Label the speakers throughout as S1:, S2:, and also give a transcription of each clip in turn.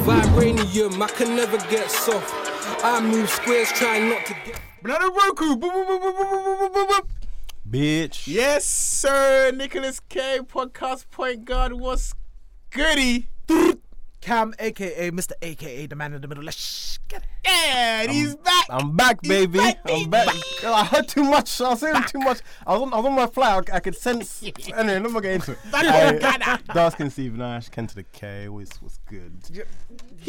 S1: Vibranium, I can never get soft. I move squares, trying not to get.
S2: Another Roku. Boop, boop, boop, boop, boop, boop, boop, boop, boop.
S3: Bitch.
S2: Yes, sir. Nicholas K. Podcast Point Guard. What's goody?
S4: Cam, aka Mr. AKA, the man in the middle. Let's get it.
S2: Yeah, he's back.
S3: I'm back, baby.
S2: back,
S3: I'm back. Yo, I heard too much. I was hearing too much. I was on, I was on my flight. I, I could sense. Anyway, let me get into it. I, Dark skin Steve Nash, Ken to the K. What's, what's good?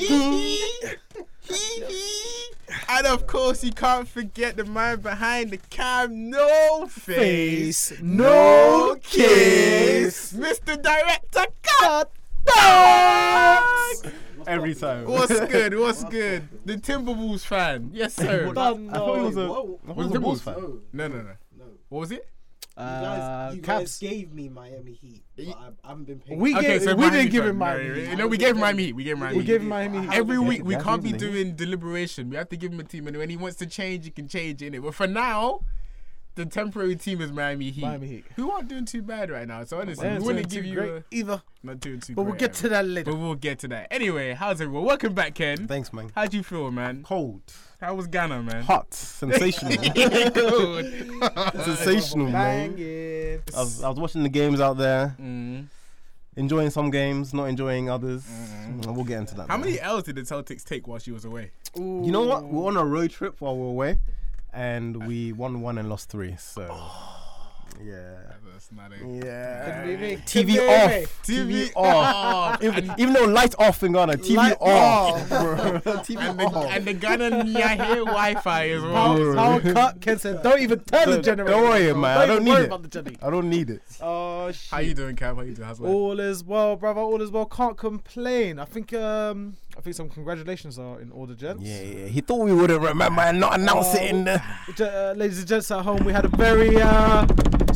S2: and of course, you can't forget the man behind the cam. No face,
S4: Face,
S2: no
S4: no
S2: kiss.
S4: kiss.
S2: Mr. Director Cut.
S3: Every time.
S2: What's good? What's good? The Timberwolves fan. Yes, sir.
S3: I thought he was a,
S5: Whoa.
S3: I thought he was a Bulls fan.
S5: No,
S2: No, no, no.
S5: no.
S2: What was it?
S5: You guys,
S4: Uh,
S5: you guys
S4: Caps.
S5: gave me Miami Heat, but I, I haven't been paying.
S4: We, gave, we
S2: Miami
S4: didn't give
S2: fan.
S4: him
S2: No,
S4: Miami.
S2: no, No, we gave him Miami Heat. We gave him Miami
S4: We
S2: Heat.
S4: gave him Miami. Heat.
S2: Every
S3: Yeah,
S2: week we
S3: that's
S2: can't be
S3: easy.
S2: doing deliberation. We have to give him a team, and when he wants to change, he can change in it. But for now, the temporary team is Miami Heat.
S4: Miami Heat.
S2: Who aren't doing too bad right now. So honestly,
S4: Yeah,
S2: we
S4: so
S2: wouldn't
S4: too
S2: give you
S4: great
S2: a,
S4: either,
S2: not doing too.
S4: but we'll
S2: great,
S4: get to that later.
S2: But we'll get to that. Anyway, how's everyone? Welcome back, Ken.
S3: Thanks, man.
S2: How'd you feel, man?
S3: Cold,
S2: How was Ghana, man?
S3: hot, sensational,
S2: Good.
S3: sensational, man.
S4: Banging.
S3: I was, I was watching the games out there,
S2: Mm.
S3: enjoying some games, not enjoying others.
S2: Mm.
S3: We'll get into that.
S2: How
S3: man.
S2: many L's did the Celtics take while she was away?
S3: You know what? We We're on a road trip while we we're away, and we won one and lost three. So, yeah,
S2: That's not it.
S3: yeah.
S4: TV
S3: TV off.
S2: TV
S3: TV off.
S2: and,
S3: Even, even though lights off in Ghana, TV
S4: Light
S3: off. bro.
S2: and
S3: TV
S2: the,
S4: Oh.
S3: off.
S2: and the Ghana Nyahe Wi-Fi as well.
S3: Bro.
S4: Power cut. Ken said, don't even turn the
S3: Don't-
S4: generator.
S3: don't worry,
S4: bro.
S3: man. I
S4: even
S3: don't need
S4: worry
S3: it.
S4: about the generator.
S3: I don't need it.
S4: Oh,
S2: How
S4: shit.
S2: you doing, Cap? How you doing? How's life?
S4: All is well, brother. All is well. Can't complain. I think um, I think some congratulations are in order, gents.
S3: Yeah, yeah. He thought we wouldn't remember and not announce it in the.
S4: Ge- uh, ladies and gents at home, we had a very uh,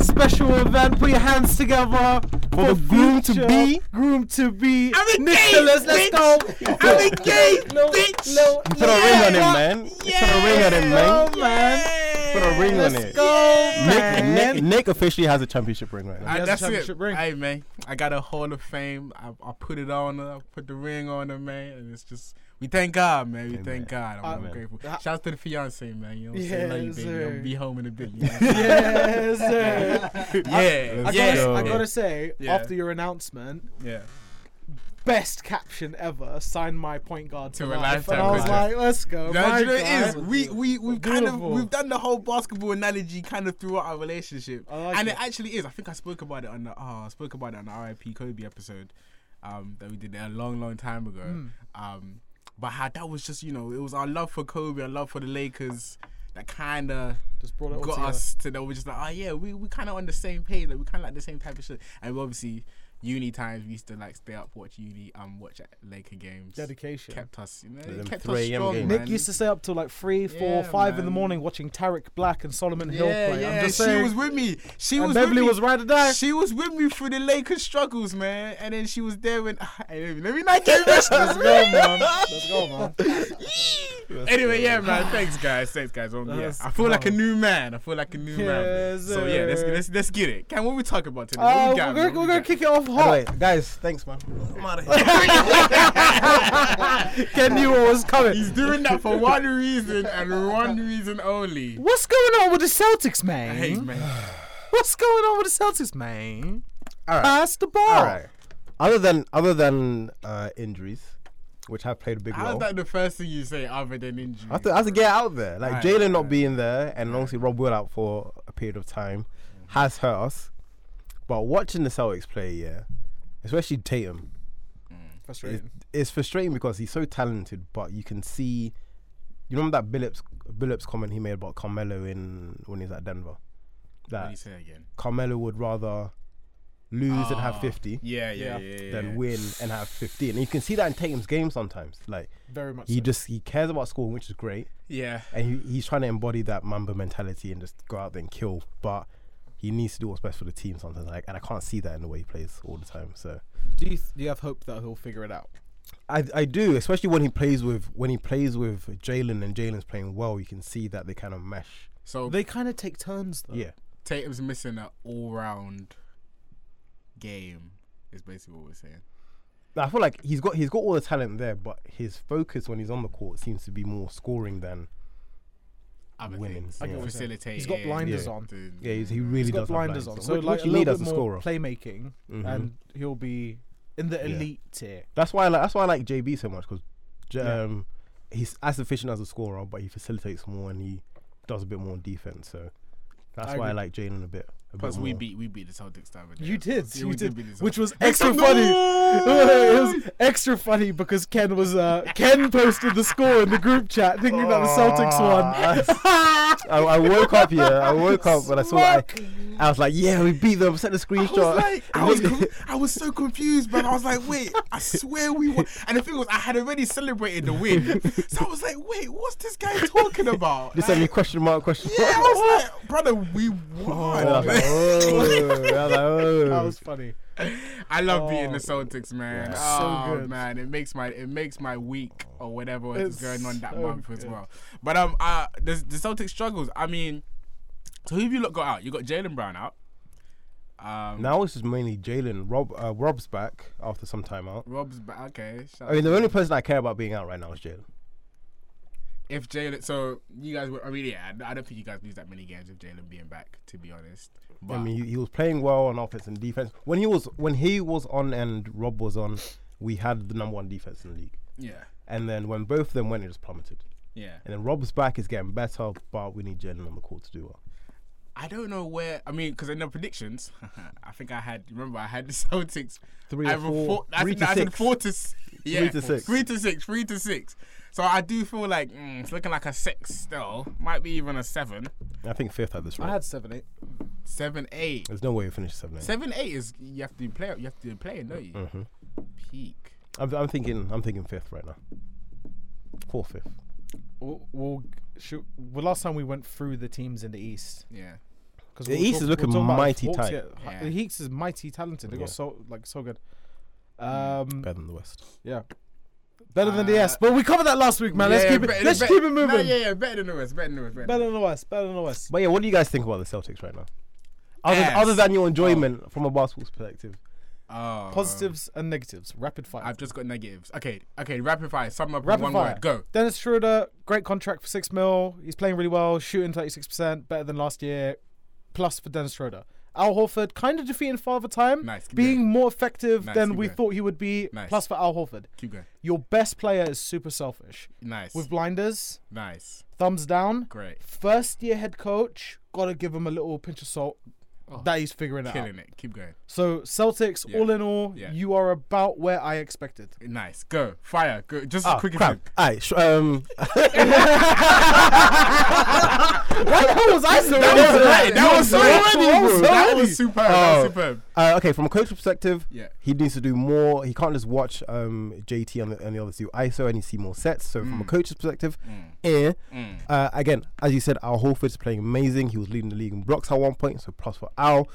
S4: special event. Put your hands together
S3: For the groom to
S4: future
S3: be.
S4: Groom to be.
S2: I'm engaged,
S4: Nicholas, let's go.
S2: I'm engaged, bitch.
S4: Little,
S3: You put a ring on him, man. You put a ring on him, man.
S4: Oh, man.
S3: Put a ring on
S4: Let's
S3: it.
S4: go,
S3: Nick,
S4: man.
S3: Nick, Nick officially has a championship ring right now.
S2: And
S4: has a
S2: that's it.
S4: championship ring.
S2: Hey man, I got a Hall of Fame. I, I put it on her. I put the ring on her, man, and it's just we thank God, man. We
S3: Amen.
S2: thank God. I'm, I'm
S3: Amen.
S2: grateful.
S4: Uh,
S2: Shout out to the fiance, man. You know what I'm saying? Love you,
S4: Yes,
S2: baby. I'll
S4: sir.
S2: be home in a bit. You know?
S4: Yes, sir.
S2: yeah,
S4: I gotta,
S2: yeah,
S4: I
S2: yeah.
S4: gotta say,
S2: Yeah.
S4: after your announcement,
S2: yeah.
S4: best caption ever. Sign my point guard
S2: To
S4: to,
S2: a
S4: life.
S2: lifetime
S4: And I was
S2: contract.
S4: like, let's go.
S2: Now,
S4: my
S2: do you know what
S4: guy.
S2: it is? We we we've kind of
S4: Beautiful.
S2: we've done the whole basketball analogy kind of throughout our relationship,
S4: I like
S2: and it.
S4: it.
S2: actually is. I think I spoke about it on the oh, I spoke about it on the RIP Kobe episode um, that we did a long long time ago.
S4: Hmm.
S2: Um, but how that was just you know it was our love for Kobe, our love for the Lakers that kind of
S4: Just brought it all
S2: got
S4: together.
S2: us to that we're just like oh yeah we we kind of on the same page like we kind of like the same type of shit, and we obviously. Uni times we used to like stay up watch uni um watch Laker games
S4: Dedication.
S2: kept us you know
S3: Them
S2: it kept us
S3: 3 a.m.
S2: strong
S3: games.
S4: Nick
S2: man.
S4: used to stay up till like three, four, five
S2: Yeah,
S4: in the
S2: man.
S4: morning watching Tarek Black and Solomon Hill
S2: yeah,
S4: play.
S2: Yeah,
S4: I'm just
S2: she
S4: saying.
S2: was with me. She
S4: and
S2: was with
S4: Beverly
S2: me.
S4: was right to die.
S2: She was with me through the Lakers struggles, man. And then she was there when. Hey, let me- let me not get this. Let's
S4: go, man. Let's go, man.
S2: Anyway, yeah, man. Thanks, guys. Thanks, guys. Um, yeah.
S4: That's
S2: I feel like a new man. I feel like a new man.
S4: Yes,
S2: So yeah, let's
S4: sir.
S2: let's let's get it. Can what we talk about today? What
S4: Uh,
S2: we got,
S4: we're gonna,
S2: man? What
S4: we're
S2: we
S4: gonna
S2: got?
S4: kick it off
S3: Anyway,
S4: hot.
S3: guys, thanks, man. I'm out of here.
S4: Ken knew what was
S2: He's
S4: coming.
S2: doing that for one reason and one reason only.
S4: What's going on with the Celtics, man?
S2: Hey, man.
S4: What's going on with the Celtics, man?
S3: All right.
S4: Pass the ball.
S3: All right. Other than other than uh, injuries, which have played a big
S2: How's
S3: role,
S2: that the first thing you say other than injury?
S3: I have, to, I have to get out there. Like
S2: Alright,
S3: Jalen
S2: alright.
S3: not being there, and obviously Rob Will out for a period of time, has hurt us. But watching the Celtics play, yeah, especially Tatum, it,
S4: Frustrating.
S3: it's frustrating because he's so talented, but you can see. You remember that Billups Billups comment he made about Carmelo in when he's at Denver,
S2: What do you
S3: that
S2: say again?
S3: Carmelo would rather lose and have
S2: Ah,
S3: fifty
S2: Yeah, yeah, yeah.
S4: Yeah.
S2: yeah, yeah,
S3: than win and have 15. And you can see that in Tatum's game sometimes. Like
S4: Very much.
S3: he
S4: so.
S3: just he cares about scoring, which is great,
S2: Yeah.
S3: and he, he's trying to embody that Mamba mentality and just go out there and kill. But he needs to do what's best for the team sometimes. Like, and I can't see that in the way he plays all the time. So
S4: Do you, do you have hope that he'll figure it out?
S3: I I do, especially when he plays with when he plays with Jalen and Jalen's playing well. You can see that they kind of mesh.
S2: So
S4: They kind of take turns though.
S3: Yeah,
S2: Tatum's missing an all round game, is basically what we're saying.
S3: I feel like he's got he's got all the talent there, but his focus when he's on the court seems to be more scoring than
S2: Other
S3: Women,
S2: things.
S3: I get what
S4: you're saying.
S2: Facilitate.
S4: He's got blinders on.
S3: yeah. He's, he really
S4: He's got
S3: does have
S4: blinders on.
S3: blinders.
S4: So
S3: Which-
S4: like
S3: which
S4: a
S3: you need
S4: little
S3: as
S4: bit
S3: a
S4: more
S3: scorer.
S4: playmaking,
S3: Mhm.
S4: and he'll be in the
S3: Yeah.
S4: elite tier.
S3: That's why I like that's why I like JB so much because
S4: Yeah.
S3: um, he's as efficient as a scorer, but he facilitates more and he does a bit more on defense. So that's
S4: I
S3: why I
S4: agree.
S3: like Jalen a bit. A
S2: Plus,
S3: bit
S2: we
S3: more.
S2: beat we beat the Celtics the other day.
S4: You did,
S2: Yeah,
S4: you
S2: we
S4: did,
S2: beat the Celtics.
S4: which was extra
S2: Except-
S4: funny. it
S2: No!
S4: was extra funny because Ken was uh, Ken posted the score in the group chat, thinking that the Celtics won.
S3: I, I woke up here. I woke up when I saw. I, I was like, yeah, we beat them. Sent a
S2: I
S3: screenshot.
S2: was like, I was, com- I was so confused, but I was like, wait, I swear we won. And the thing was, I had already celebrated the win, so I was like, wait, what's this guy talking about?
S3: Just
S2: Like,
S3: sent me question mark question.
S2: yeah,
S3: mark.
S2: I was like, brother, we won.
S3: And I was like, oh, I was like, oh.
S4: That was funny.
S2: I love beating the
S4: Oh.
S2: Celtics, man.
S4: Yeah. So
S2: oh
S4: good.
S2: man, it makes my it makes my week or whatever is
S4: It's
S2: going on that
S4: so
S2: month as
S4: good.
S2: well. But um, uh, the the Celtics struggles. I mean, so who have you lot got out? You got Jalen Brown out. Um,
S3: Now it's just mainly Jalen. Rob uh, Rob's back after some time out.
S2: Rob's ba- okay. shout
S3: I mean, the only person I care about being out right now is Jalen.
S2: if Jalen, so you guys were. I mean, yeah, I, I don't think you guys lose that many games with Jalen being back. To be honest, but
S3: I mean, he, he was playing well on offense and defense. When he was when he was on and Rob was on, we had the number one defense in the league.
S2: yeah,
S3: And then when both of them went, it just plummeted.
S2: yeah.
S3: And then Rob's back is getting better, but we need Jalen on the court to do well.
S2: I don't know where. I mean, because in the predictions, I think I had. Remember, I had the Celtics.
S3: Three
S2: I
S3: or
S2: were
S3: four-
S2: I
S3: three
S2: think
S3: to
S2: I said
S3: six.
S2: four to. s- Yeah,
S3: to six.
S2: Three to six. Three to six. So I do feel like mm, it's looking like a six still. Might be even a seven.
S3: I think fifth at this
S4: I
S3: rate.
S4: had seven eight.
S2: Seven eight.
S3: There's no way we finish seven. Eight.
S2: Seven eight is you have to play. You have to play, don't you? Peak.
S3: I'm, I'm thinking. I'm thinking fifth right now. Four fifth.
S4: We'll, we'll, shoot, well, last time we went through the teams in the East.
S2: Yeah.
S4: 'Cause
S3: The
S4: we'll
S3: East
S4: talk-
S3: is looking
S4: talk about the
S3: mighty
S4: Hawks,
S3: tight.
S4: yeah.
S2: Yeah.
S4: The East is mighty talented. They
S3: Yeah.
S4: got so like so good. Um,
S3: Better than the West.
S4: yeah, better than the
S2: Uh,
S4: S. But we covered that last week, man. let's
S2: Yeah,
S4: keep it.
S2: better-
S4: let's
S2: bet-
S4: keep it moving.
S2: No, yeah, yeah. Better than the rest. Better than the rest. Better.
S4: Better
S2: Than
S4: than the West. Better than the West.
S3: But yeah, what do you guys think about the Celtics right now? Other,
S2: Ass.
S3: other than your enjoyment
S4: Oh.
S3: from a basketball perspective,
S2: oh.
S4: Positives and negatives. Rapid fire.
S2: I've just got negatives. Okay. Okay. Rapid fire. Sum up in
S4: Rapid
S2: one
S4: fire.
S2: word. Go.
S4: Dennis Schroeder, great contract for six mil. He's playing really well, shooting thirty six percent, better than last year. Plus for Dennis Schroeder. Al Horford kind of defeating Father Time,
S2: Nice, keep
S4: being
S2: going.
S4: more effective
S2: Nice,
S4: than
S2: keep
S4: we
S2: going.
S4: thought he would be.
S2: Nice.
S4: Plus for Al Horford.
S2: Keep going.
S4: Your best player is super selfish.
S2: Nice.
S4: With blinders,
S2: nice.
S4: thumbs down.
S2: Great.
S4: First year head coach, gotta give him a little pinch of salt. that he's figuring it out.
S2: Oh, Killing it. Keep going.
S4: So Celtics,
S2: Yeah.
S4: all in all,
S2: Yeah.
S4: you are about where I expected.
S2: Nice. Go. Fire. Go. Just as
S3: Ah,
S2: quick as
S3: crap.
S2: you-
S3: Alright, sh- um,
S4: That was I so
S2: That was right. That was
S3: so
S2: so
S3: ready,
S2: ready. That
S3: bro.
S2: was superb. That
S3: Oh.
S2: was superb.
S3: uh, okay, from a coach perspective,
S2: Yeah.
S3: he needs to do more. He can't just watch um, JT and the, and the others do ISO and he see more sets. So
S2: Mm.
S3: from a coach's perspective, eh. Uh, again, as you said, Al Horford's playing amazing. He was leading the league in blocks at one point, so plus for
S2: Mm.
S3: Al.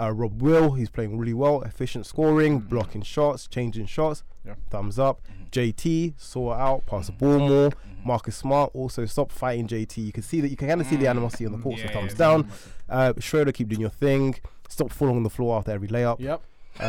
S3: Uh, Rob Will, he's playing really well, efficient scoring,
S2: Mm.
S3: blocking shots, changing shots. Thumbs up. JT saw it out, pass the
S2: Mm.
S3: ball more. Marcus Smart also stop fighting JT. You can see that you can kind of see the animosity on the court.
S2: Mm. Yeah,
S3: so thumbs
S2: yeah,
S3: down. Uh, Schroeder, keep doing your thing. Stop falling on the floor after every layup.
S4: Yep.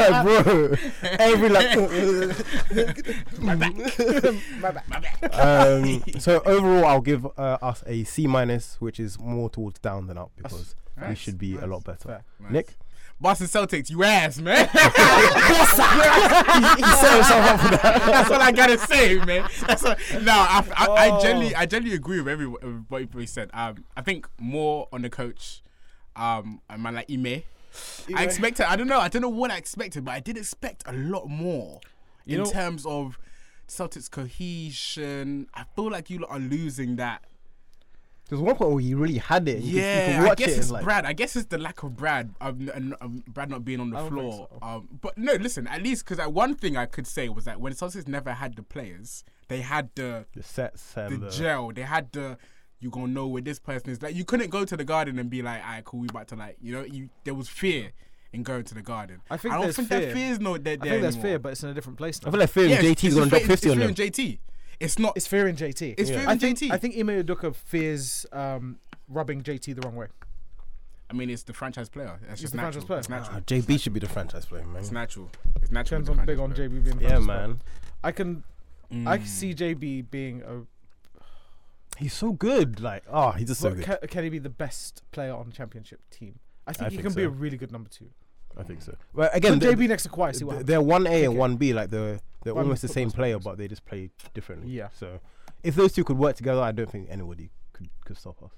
S3: Like, bro, every like.
S2: My bad.
S3: um, so overall, I'll give uh, us a C minus, which is more towards down than up because we
S2: nice,
S3: should be a
S2: nice,
S3: lot better.
S2: Nice.
S3: Nick,
S2: Boston Celtics, you ass, man.
S3: he set himself up for that.
S2: That's what I gotta say, man. That's what, no, I, I,
S3: Oh.
S2: I generally, I generally agree with every with what everybody said. Um, I think more on the coach, um, a man like Ime. I expected. I don't know. I don't know what I expected, but I did expect a lot more in
S4: know-
S2: terms of Celtics cohesion. I feel like you lot are losing that.
S3: There's one point where he really had it. You
S2: Yeah,
S3: could, you could watch
S2: I guess
S3: it.
S2: it's
S3: and, like,
S2: Brad. I guess it's the lack of Brad, um, and, um, Brad not being on the
S4: don't think
S2: floor. Um, but no, listen. At least because one thing I could say was that when Celtics never had the players, they had the
S3: the sets
S2: the
S3: and the,
S2: gel. They had the you gonna know where this person is. Like you couldn't go to the garden and be like, "Alright, cool, we about to like," you know. You there was fear in going to the garden.
S4: I think
S2: I don't
S4: there's
S2: think
S4: fear.
S2: that fear's no there.
S4: I think there's fear, but it's in a different place now.
S3: I feel like fearing JT's gonna drop 50 on them.
S2: JT. It's not.
S4: it's fear in JT.
S2: It's fear
S4: I
S2: in
S4: think,
S2: JT.
S4: I think Ime Udoka fears um, rubbing JT the wrong way.
S2: I mean, it's the franchise player. That's just
S4: the
S2: natural.
S4: franchise player.
S2: It's natural.
S3: Ah, JB should be the franchise player, man.
S2: It's natural. It's natural.
S4: Depends
S2: with the
S4: on big on
S2: franchise player.
S4: JB being.
S3: Yeah,
S4: franchise player.
S3: man.
S4: I can I can
S2: Mm.
S4: see JB being a.
S3: He's so good. Like, oh, he's just so
S4: but
S3: good.
S4: ca- can he be the best player on championship team? I think
S3: I
S4: he
S3: think
S4: can be
S3: so.
S4: a really good number two.
S3: I think so. Well,
S4: Put
S3: again, the-
S4: JB next to Kawhi. See
S3: th-
S4: what happens.
S3: they're one A
S4: Okay.
S3: and one B. Like they're they're
S4: One
S3: almost the
S4: football
S3: same player, but they just play differently.
S4: Yeah.
S3: So if those two could work together, I don't think anybody could could stop us.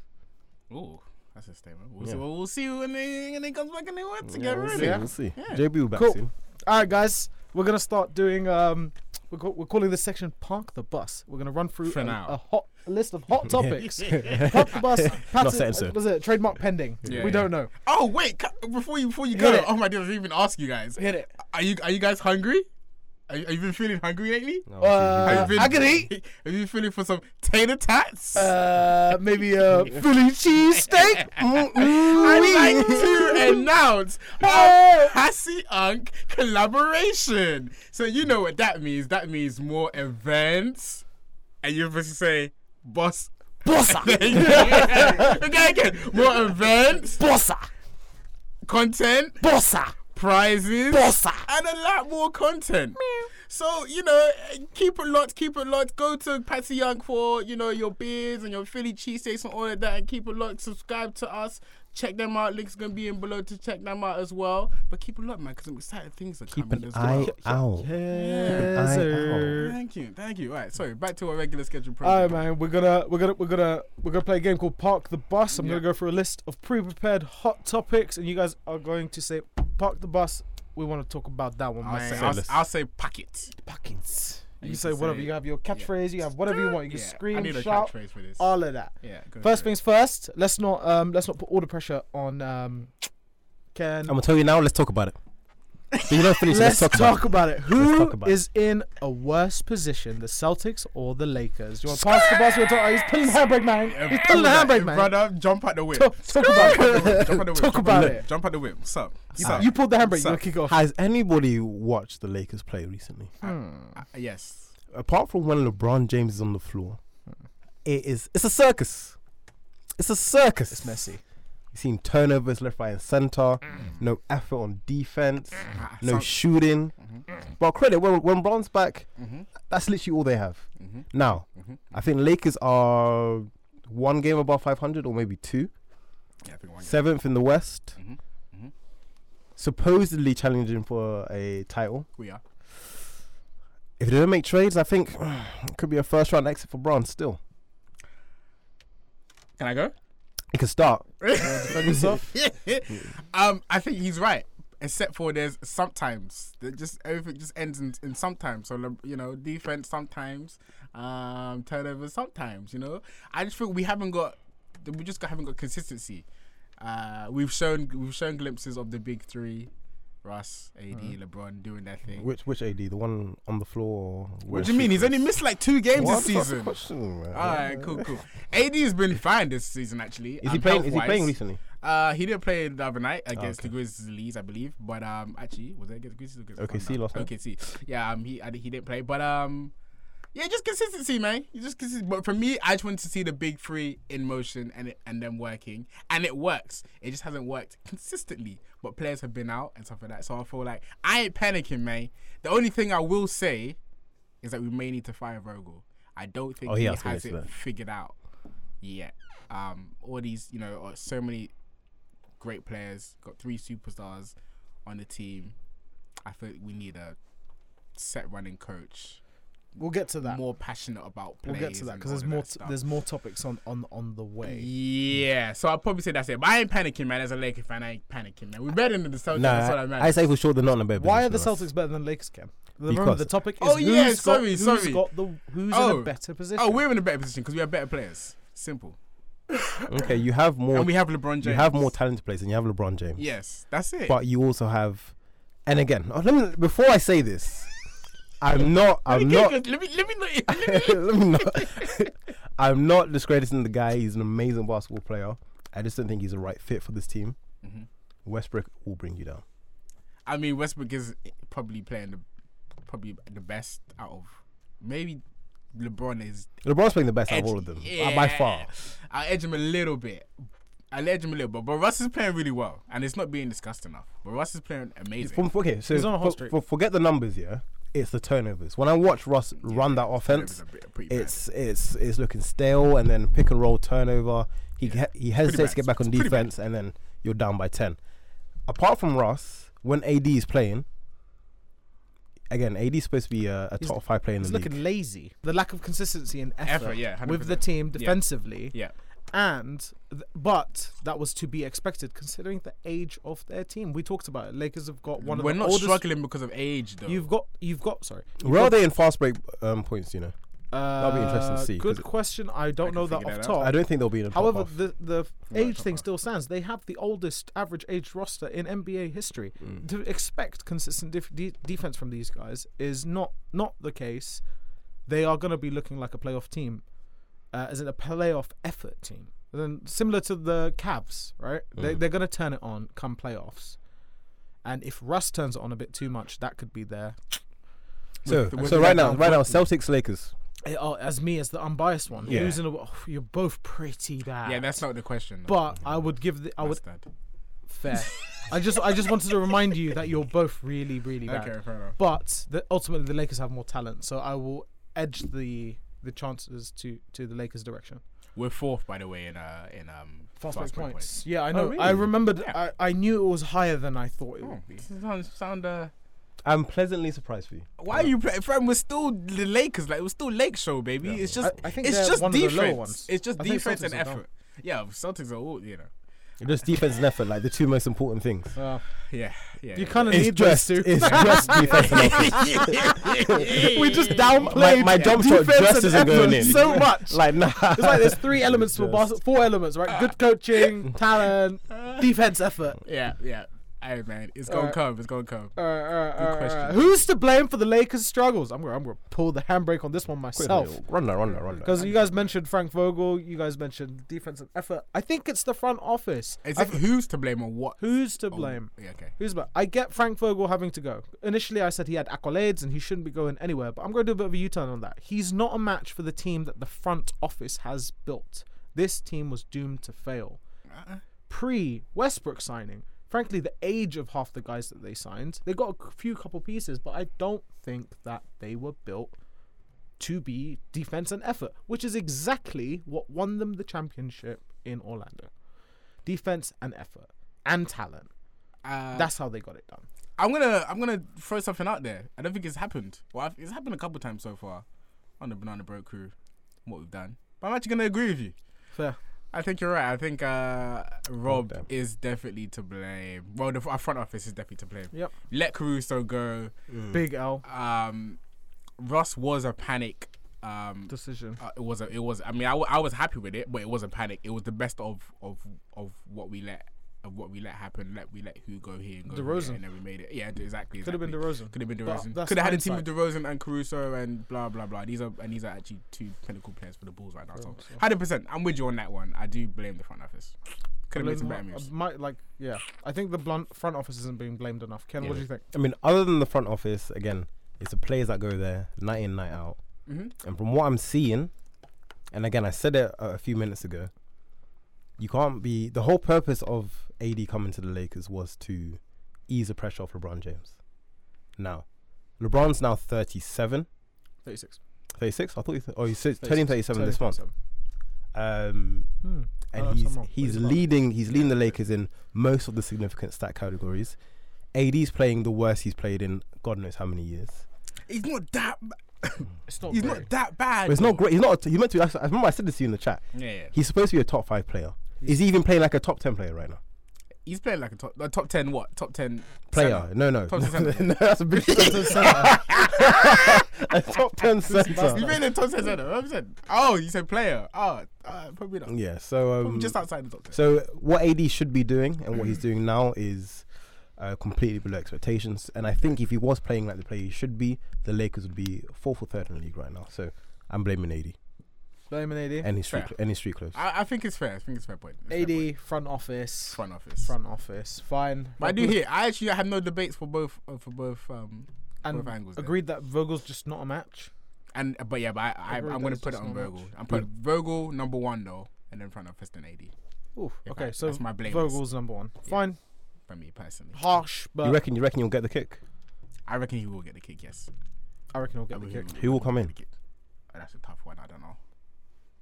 S2: Ooh, that's a statement. We'll, see,
S3: Yeah.
S2: we'll see when they, when they comes back and they work together.
S3: we'll
S2: innit?
S3: see.
S4: Yeah.
S3: We'll see.
S2: Yeah.
S3: JB will back
S4: Cool.
S3: soon.
S4: All right, guys, we're gonna start doing. Um, we're, ca- we're calling this section "Park the Bus." We're gonna run through
S2: For
S4: a,
S2: now.
S4: a hot a list of hot topics. Park the bus. Patent,
S3: set in stone.
S4: Was it trademark pending?
S2: Yeah,
S4: we
S2: yeah.
S4: don't know.
S2: Oh wait, cu- before you before you
S4: Hit
S2: go,
S4: it.
S2: oh my goodness, I didn't even ask you guys.
S4: Hit it.
S2: Are you are you guys hungry? Are you, have you been feeling hungry lately?
S4: Uh,
S2: Have you
S4: I can eat.
S2: Have you been feeling for some tater tots?
S4: Uh, maybe a Philly cheesesteak.
S2: I'd like to announce our Hassie Unk collaboration. So you know what that means. That means more events. And you obviously say, boss.
S4: Bossa,
S2: okay, again. More events,
S4: bossa,
S2: content,
S4: bossa.
S2: prizes,
S4: Bossa.
S2: and a lot more content. So, you know, keep it locked, keep it locked. Go to Patsy Young for, you know, your beers and your Philly cheesesteaks and all of that. And keep it locked. Subscribe to us. Check them out. Link's going to be in below to check them out as well. But keep it locked, man, because I'm excited things are
S3: Keep
S2: coming
S3: an
S2: as
S3: eye
S2: well.
S3: out.
S4: Yes,
S3: Eye
S4: sir.
S2: Thank you, thank you. All right, sorry, back to our regular schedule
S4: All right,
S2: program.
S4: man. We're gonna we're gonna we're gonna we're gonna play a game called Park the Bus. I'm gonna
S2: Yeah.
S4: go through a list of pre-prepared hot topics, and you guys are going to say Park the Bus. We want to talk about that one
S2: I'll, say,
S4: myself.
S2: I'll, I'll say packet.
S4: Pockets. You,
S2: You
S4: can
S2: can
S4: say whatever.
S2: say-
S4: You have your catchphrase. You have whatever you want. You can
S2: Yeah, I
S4: scream,
S2: need a
S4: shout,
S2: catchphrase for this.
S4: all of that.
S2: yeah, go
S4: First
S2: for it.
S4: things first. Let's not um let's not put all the pressure on um Ken.
S3: I'm gonna tell you now. Let's talk about it. So you don't finish.
S4: Let's,
S3: let's,
S4: talk,
S3: about
S4: about it. Who is
S3: talk about it.
S4: in a worse position, the Celtics or the Lakers? Do you want to pass the bus? We'll talk- He's pulling the handbrake, man. He's pulling the
S2: Brother,
S4: handbrake, man.
S2: Brother, jump at the whip.
S4: Talk, talk about it.
S2: Jump at the whip.
S4: Talk
S2: jump at
S4: about
S2: the whip,
S4: it.
S2: Jump at the whip. Sup.
S4: You,
S2: Sup.
S4: you pulled the handbrake.
S2: Sup.
S4: You're kick
S3: it.
S4: off.
S3: Has anybody watched the Lakers play recently?
S2: Uh, yes.
S3: Apart from when LeBron James is on the floor, it is it's a circus. It's a circus.
S4: It's messy. Mm.
S3: You've seen turnovers left, right, and center. No effort on defense.
S2: Ah,
S3: No
S2: some-
S3: shooting. But credit when when Bron's back,
S2: Mhm.
S3: that's literally all they have.
S2: Mhm.
S3: Now,
S2: Mhm.
S3: I think Lakers are one game above 500, or maybe two.
S2: Yeah, I think one game.
S3: Seventh in the West.
S2: Mhm. Mhm.
S3: Supposedly challenging for a title.
S2: We are.
S3: If they don't make trades, I think it could be a first round exit for Bron. Still,
S2: Can I go?
S3: it could start.
S2: um, I think he's right. Except for there's sometimes that just everything just ends in, in sometimes. So Le- you know, defense sometimes, um, turnovers sometimes. You know, I just think we haven't got we just got, haven't got consistency. Uh, we've shown we've shown glimpses of the big three, Russ, AD, LeBron doing their thing.
S3: Which which AD? The one on the floor?
S2: What do you mean? He's only missed like two games
S3: What?
S2: this season.
S3: That's the question, man.
S2: All right, cool, cool. AD has been fine this season, actually.
S3: Is he
S2: um,
S3: playing? Is he
S2: health-wise.
S3: playing recently?
S2: Uh, he didn't play the other night against
S3: okay.
S2: the Grizzlies, I believe. But um, actually, was it against the Grizzlies? or Against
S3: OKC
S2: Thunder?
S3: last night.
S2: OKC. Yeah. Um, he I, think he didn't play, but um, yeah, just consistency, man. You just consist- But for me, I just wanted to see the big three in motion and it, and them working, and it works. It just hasn't worked consistently. But players have been out and stuff like that, so I feel like I ain't panicking, man. The only thing I will say is that we may need to fire Vogel. I don't think
S3: Oh, yeah,
S2: he
S3: I was gonna
S2: has
S3: say
S2: it
S3: that.
S2: figured out yet. Um, all these, you know, uh, so many great players. Got three superstars on the team. I think we need a set running coach
S4: We'll get to that.
S2: more passionate about plays.
S4: we'll get to that
S2: and
S4: because
S2: all
S4: there's
S2: of
S4: more
S2: that
S4: t-
S2: stuff.
S4: there's more topics on on on the way.
S2: yeah, so I'll probably say that's it. But I ain't panicking, man. As a Laker fan, I ain't panicking, man. We're better than the Celtics. that's
S3: Nah,
S2: all that
S3: I, I
S2: matters.
S3: say for sure they're not in a better.
S4: Why are the
S3: position than us.
S4: Celtics better than Lakers, Cam? Remember
S3: Because-
S4: the topic is
S2: Oh, yeah,
S4: who's
S2: sorry,
S4: got, who's
S2: sorry.
S4: got the who's in a
S2: Oh.
S4: better position.
S2: oh, we're in a better position because we have better players. Simple.
S3: Okay, you have more.
S2: and we have LeBron James.
S3: you have more talented players, and you have LeBron James.
S2: Yes, that's it.
S3: But you also have, and again, oh, let me, before I say this, I'm not. I'm
S2: Okay,
S3: not.
S2: good. Let me let me not. Let me,
S3: let me not. I'm not discrediting the guy. He's an amazing basketball player. I just don't think he's the right fit for this team.
S2: Mm-hmm.
S3: Westbrook will bring you down.
S2: I mean, Westbrook is probably playing the probably the best out of maybe LeBron is
S3: LeBron's playing the best out
S2: edge-
S3: of all of them uh,
S2: yeah.
S3: by far.
S2: I edge him a little bit. I let him a little, but but Russ is playing really well, and it's not being discussed enough. But Russ is playing amazing.
S3: From- okay, so
S4: He's on a hot
S3: for-
S4: streak.
S3: for- forget the numbers, yeah. It's the turnovers. When I watch Russ run that
S2: Turnovers
S3: offense,
S2: are pretty- pretty bad.
S3: it's it's it's looking stale, and then pick and roll turnover. He he- he hesitates
S2: bad.
S3: to get back on
S2: It's pretty bad.
S3: defense, and then you're down by ten. Apart from Russ, when AD is playing, again, AD is supposed to be a, a top five player in the
S4: He's
S3: league.
S4: looking lazy. The lack of consistency and effort,
S2: Effort, yeah,
S4: with the
S2: 100%.
S4: team
S2: Yeah.
S4: defensively,
S2: yeah.
S4: and th- but that was to be expected considering the age of their team. We talked about it. Lakers have got one of
S2: We're
S4: the
S2: not
S4: oldest.
S2: struggling because of age, though.
S4: You've got you've got sorry.
S3: Where are they in fast break um, points? You know,
S4: That'll
S3: be interesting to see, 'cause
S4: Uh, Good
S3: it-
S4: question. I don't know that
S2: figure
S4: off
S2: that out.
S4: top.
S3: I don't think they'll be in. The top
S4: However,
S3: half.
S4: the the age
S2: top
S4: thing
S2: half.
S4: still stands. They have the oldest average age roster in NBA history.
S3: Mm.
S4: To expect consistent def- de- defense from these guys is not not the case. They are going to be looking like a playoff team, uh, as in a playoff effort team. And then similar to the Cavs, right?
S3: Mm.
S4: They, they're going to turn it on come playoffs. And if Russ turns it on a bit too much, that could be there.
S3: so
S2: with- with
S3: so right
S2: that
S3: now,
S2: down
S3: right now,
S2: point-
S3: Celtics Lakers.
S4: Eh, oh, as me, as the unbiased one,
S3: Yeah.
S4: who's in a, oh, you're both pretty bad.
S2: yeah, that's not the question. though.
S4: But I would give the I would
S2: That's that.
S4: fair. I just I just wanted to remind you that you're both really really bad.
S2: Okay, fair enough.
S4: But the, ultimately, the Lakers have more talent, so I will edge the the chances to to the Lakers' direction.
S2: We're fourth, by the way, in uh in um
S4: Fast
S2: fast
S4: break
S2: break
S4: points. Yeah, I know. I
S3: really?
S4: remembered.
S2: Yeah. Oh.
S4: I, I knew it was higher than I thought it would be.
S2: points. Sound, sound uh,
S3: I'm pleasantly surprised for you.
S2: why are you playing? Friend, we're still the Lakers. Like we're still Lake Show, baby. It's just
S4: I- I think
S2: it's
S4: they're
S2: just
S4: one of the lower
S2: defense.
S4: ones.
S2: It's just
S4: I think
S2: defense and
S4: Celtics are down.
S2: effort. Yeah, Celtics are all you know.
S3: Just defense and effort, like the two most important things.
S2: Yeah, yeah.
S4: You
S2: yeah.
S4: kind of
S3: It's
S4: need those
S3: just,
S4: two.
S3: it's just defense and effort.
S4: we just
S3: My,
S4: downplayed
S3: my jump shot
S4: defense
S3: just
S4: and
S3: isn't going
S4: effort
S3: in.
S4: so much.
S3: like nah.
S4: it's like there's three elements for
S3: Just-
S4: bas- four elements, right? Good coaching, talent, defense, effort.
S2: yeah, yeah. Hey man, it's gonna
S4: Alright.
S2: come. It's gonna come.
S4: Uh, uh,
S2: Good
S4: uh,
S2: question.
S4: uh, Who's to blame for the Lakers' struggles? I'm gonna, I'm gonna pull the handbrake on this one myself.
S3: Run that, run that, run
S4: Because
S3: that.
S4: you guys mentioned Frank Vogel, you guys mentioned defense and effort. I think it's the front office.
S2: Is it who's to blame or what?
S4: Who's to
S2: Oh,
S4: blame?
S2: Yeah, okay.
S4: Who's but I get Frank Vogel having to go. Initially, I said he had accolades and he shouldn't be going anywhere, but I'm going to do a bit of a U-turn on that. He's not a match for the team that the front office has built. This team was doomed to fail.
S2: Uh-uh.
S4: Pre Westbrook signing, frankly, the age of half the guys that they signed, they got a c- few couple pieces, but I don't think that they were built to be defense and effort, which is exactly what won them the championship in Orlando. Defense and effort and talent.
S2: Uh,
S4: That's how they got it done.
S2: I'm gonna I'm gonna throw something out there. I don't think it's happened. Well, I've- it's happened a couple times so far on the Banana Boat crew. What we've done, but I'm actually gonna agree with you.
S4: Fair.
S2: I think you're right. I think uh, Rob
S3: damn.
S2: is definitely to blame. Well, the, our front office is definitely to blame.
S4: Yep. Mm.
S2: Let Caruso go.
S3: Hmm.
S4: Big L
S2: Um, Russ was a panic. Um,
S4: decision.
S2: uh, it was a, it was. I mean, I, w- I was happy with it, but it was a panic. It was the best of of of what we let of what we let happen. Let we let who go here and go
S4: DeRozan.
S2: here, and then we made it. Yeah, d- exactly.
S4: Could have been DeRozan.
S2: Could have been
S4: But
S2: DeRozan.
S4: that's
S2: Could have had a team with
S4: hindsight.
S2: DeRozan and Caruso and blah blah blah. These are and these are actually two pinnacle players for the Bulls right now. So, hundred percent, I'm with you on that one. I do blame the front office. Could have made some better
S4: Blame- Um,
S2: moves.
S4: might like yeah. I think the blunt front office isn't being blamed enough. Ken, what do you think?
S3: I mean, other than the front office, again, it's the players that go there night in, night out.
S4: Mm-hmm.
S3: And from what I'm seeing, and again, I said it a, a few minutes ago, you can't be. The whole purpose of AD coming to the Lakers was to ease the pressure off LeBron James. Now, LeBron's now 37,
S4: Thirty-six.
S3: 36. I thought he th- oh, he's turning 37 this
S4: 37.
S3: month. Um,
S4: Hmm.
S3: and
S4: Oh, that's
S3: he's
S4: not wrong.
S3: he's
S4: What is that?
S3: leading he's leading the Lakers in most of the significant stat categories. AD's playing the worst he's played in God knows how many years.
S2: He's not that.
S4: It's not.
S2: He's
S4: great.
S2: not that bad.
S3: But it's not
S2: though.
S3: great. He's not. You meant to. I remember I said this to you in the chat.
S2: Yeah, yeah.
S3: He's supposed to be a top five player. Is he even playing like a top ten player right now?
S2: He's playing like a top a top ten. What top ten
S3: Player?
S2: center.
S3: No, no.
S2: Top 10 center.
S3: no that's a big a top ten
S2: He's
S3: center.
S2: been in top ten center. 100%. Oh, you said player. Oh, uh, probably not.
S3: Yeah. So um,
S4: Mm.
S2: Probably just outside the top ten.
S3: So what AD should be doing and
S2: Mm.
S3: what he's doing now is uh, completely below expectations. And I think if he was playing like the player he should be, the Lakers would be fourth or third in the league right now. So I'm blaming AD
S4: Blaming AD.
S3: and his street
S2: Fair.
S3: and his street clothes.
S2: I, I think it's fair. I think it's a fair point. It's a fair point.
S4: AD front office.
S2: front office.
S4: Front office. Fine.
S2: But I do hear. I actually have no debates for both uh, for both um
S4: and
S2: both angles. there.
S4: agreed that Vogel's just not a match.
S2: And but yeah, but I, I
S4: Agreed
S2: I'm
S4: that
S2: gonna
S4: it's
S2: put it
S4: just
S2: on
S4: not
S2: Virgil.
S4: much.
S2: I'm putting Virgil number one though, and then front office and AD.
S4: Ooh,
S2: Yeah,
S4: okay,
S2: that-
S4: so
S2: that's my blame
S4: Vogel's number one. Fine,
S2: for me personally.
S4: harsh, but
S2: uh,
S3: You reckon? You reckon you'll get the kick?
S2: I reckon he will get the kick. Yes.
S4: I reckon he'll get
S2: I
S4: the kick.
S2: reckon
S3: Who will come in?
S2: the kick. Oh, that's a tough one. I don't know.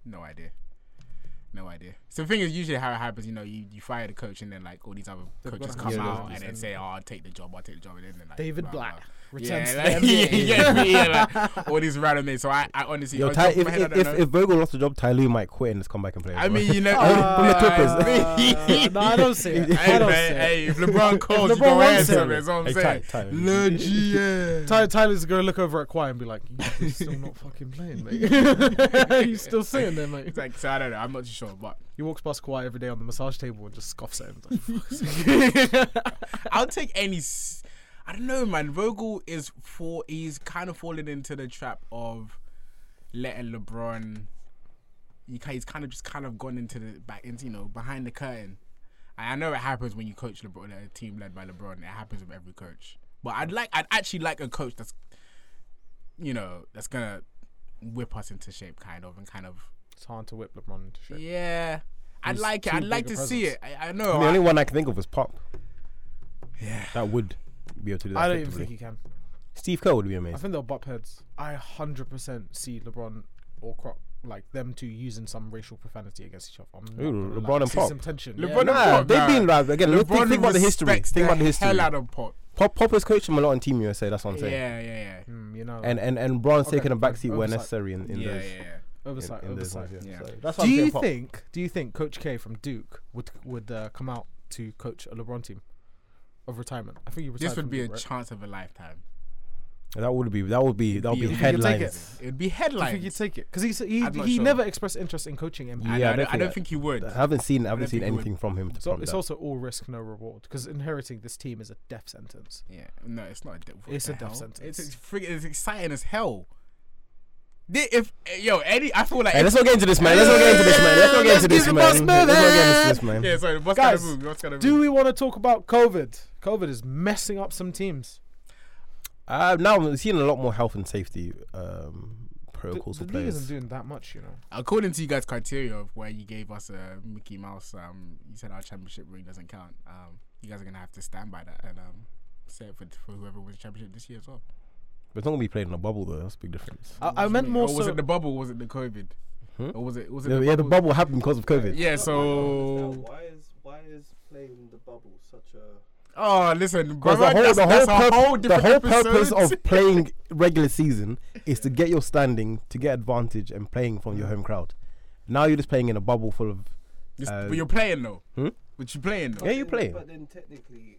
S2: No idea. No idea. So the thing is, usually how it happens, you know, you, you fire the coach and then like all these other
S4: They've
S2: coaches
S4: got
S2: come
S4: to- Yeah,
S2: out
S4: yeah.
S2: and then say, "Oh, I'll take the job. I'll take the job." And then like
S4: David
S2: blah, blah.
S4: Black returns
S2: Yeah,
S4: to
S2: like,
S4: the
S2: yeah,
S4: NBA.
S2: yeah, yeah, like, all these random names. So I, I honestly,
S3: Yo,
S2: off
S3: Ty,
S2: the top of
S3: if,
S2: my head, I
S3: if,
S2: don't
S3: if,
S2: know.
S3: if Vogel lost the job, Ty Lue might quit and just come back and play.
S2: I
S3: bro.
S2: mean, you know,
S3: Uh, From the Clippers.
S4: Uh, no, I don't see it.
S2: Hey,
S4: I don't see
S2: man,
S4: it.
S2: hey, if LeBron calls,
S4: LeBron
S2: you go
S4: wants
S2: answer
S4: it.
S2: him. That's all I'm
S3: Hey,
S2: saying.
S3: Ty, Ty.
S2: Legit.
S4: Ty- Tyler's gonna look over at Kwai and be like, "You're still not fucking playing, mate. You're still sitting there, mate."
S2: It's like, so I don't know. I'm not too sure, but
S4: He walks past Kawhi every day on the massage table and just scoffs at him. He's like,
S2: I'll take any. s- I don't know, man. Vogel is for he's kind of falling into the trap of letting LeBron. He, ki- he's kind of just kind of gone into the back into you know behind the curtain. I I know it happens when you coach LeBron, a team led by LeBron. It happens with every coach. But I'd like, I'd actually like a coach that's, you know, that's gonna whip us into shape, kind of, and kind of,
S4: it's hard to whip LeBron into shape.
S2: yeah. I'd
S4: He's
S2: like it.
S4: too
S2: I'd like to
S4: big a
S2: see it. I, I know.
S3: the
S2: I-
S3: only one I can think of is Pop.
S2: Yeah.
S3: That would be able to do that.
S4: I don't even
S3: effectively.
S4: think he can.
S3: Steve Kerr would be
S4: I
S3: amazing.
S4: think they'll butt heads. I hundred percent see LeBron or Croc like them two using some racial profanity against each other. I'm not
S3: Ooh,
S4: gonna lie.
S3: LeBron and
S4: I see
S3: Pop.
S4: some tension.
S2: LeBron
S4: Yeah,
S2: and
S4: no,
S3: Nah,
S2: Pop,
S3: they've
S2: nah.
S3: been right. Again, look, think,
S2: LeBron
S3: think about the history.
S2: respects
S3: Think about the
S2: Hell
S3: history.
S2: out of Pop.
S3: Pop, Pop has coached him a lot on Team USA. That's what I'm
S2: Yeah,
S3: saying.
S2: yeah, yeah.
S4: mm, you know,
S3: And and and Braun's
S4: Okay,
S3: taking a
S4: fine.
S3: backseat where
S4: Oversight.
S3: necessary in, in
S2: yeah,
S3: those.
S2: yeah, yeah.
S4: oversight,
S3: in- in those
S4: oversight.
S3: ones,
S2: Yeah.
S3: So that's what
S4: Do
S3: I'm saying,
S4: you
S3: Pop.
S4: think? Do you think Coach K from Duke would would uh, come out to coach a LeBron team of retirement? I think he retired.
S2: This would
S4: from
S2: be a
S4: Duke, right?
S2: chance of a lifetime.
S3: that would be that would be that would
S2: You
S3: be
S2: think
S4: you could take
S3: headlines?
S2: It'd be
S4: Do you think
S2: headlines.
S4: he'd take it? Because he he,
S2: I'm not
S4: he
S2: sure.
S4: never expressed interest in coaching him.
S2: I,
S3: Yeah,
S2: I, don't, I
S3: definitely.
S2: don't think he would.
S3: I haven't seen I haven't
S2: don't
S3: seen
S2: think he would.
S3: anything from him to
S4: So
S3: prompt
S4: it's
S3: that.
S4: also all risk, no reward. Because inheriting this team is a death sentence.
S2: Yeah, no, it's not. A de- what
S4: It's
S2: the
S4: a death
S2: hell? It's,
S4: sentence.
S2: it's, freaking, it's exciting as hell. They- If eh, yo, Eddie, I feel like.
S3: Hey, let's not get into this, man. Let's not get into this, man. Let's not get into this,
S4: Let's
S3: man.
S4: get
S3: Let's
S4: the
S3: not
S4: bus
S3: get into this, man.
S2: yeah, sorry. What's
S4: Guys,
S2: gonna move? What's gonna
S4: Do
S2: move?
S4: we want to talk about COVID? COVID is messing up some teams.
S3: Uh, now I'm seeing a lot more health and safety um,
S4: The,
S3: protocols
S4: the
S3: for
S4: league isn't
S3: players.
S4: doing that much, you know.
S2: According to you guys' criteria of where you gave us a Mickey Mouse, um, you said our championship ring doesn't count. Um, you guys are gonna have to stand by that and um, say it for, for whoever wins championship this year as well.
S3: But it's not gonna be played in a bubble though. That's a big difference.
S4: I, I meant more
S2: Or was
S4: so.
S2: it the bubble? Was it the COVID?
S3: Hmm?
S2: Or was it? Was it?
S3: Yeah,
S2: the
S3: the bubble happened because of COVID.
S2: Yeah. So.
S5: why is why is playing the bubble such a
S2: Oh, listen,
S3: Because the
S2: brother,
S3: whole,
S2: that's,
S3: the whole,
S2: that's a
S3: purp-
S2: whole
S3: the
S2: different
S3: whole purpose
S2: episode.
S3: of playing regular season is to get your standing, to get advantage, and playing from your home crowd. Now you're just playing in a bubble full of.
S2: Just-
S3: uh,
S2: but you're playing though.
S3: Hmm?
S2: But you're playing though.
S3: Yeah, you play.
S5: But then technically,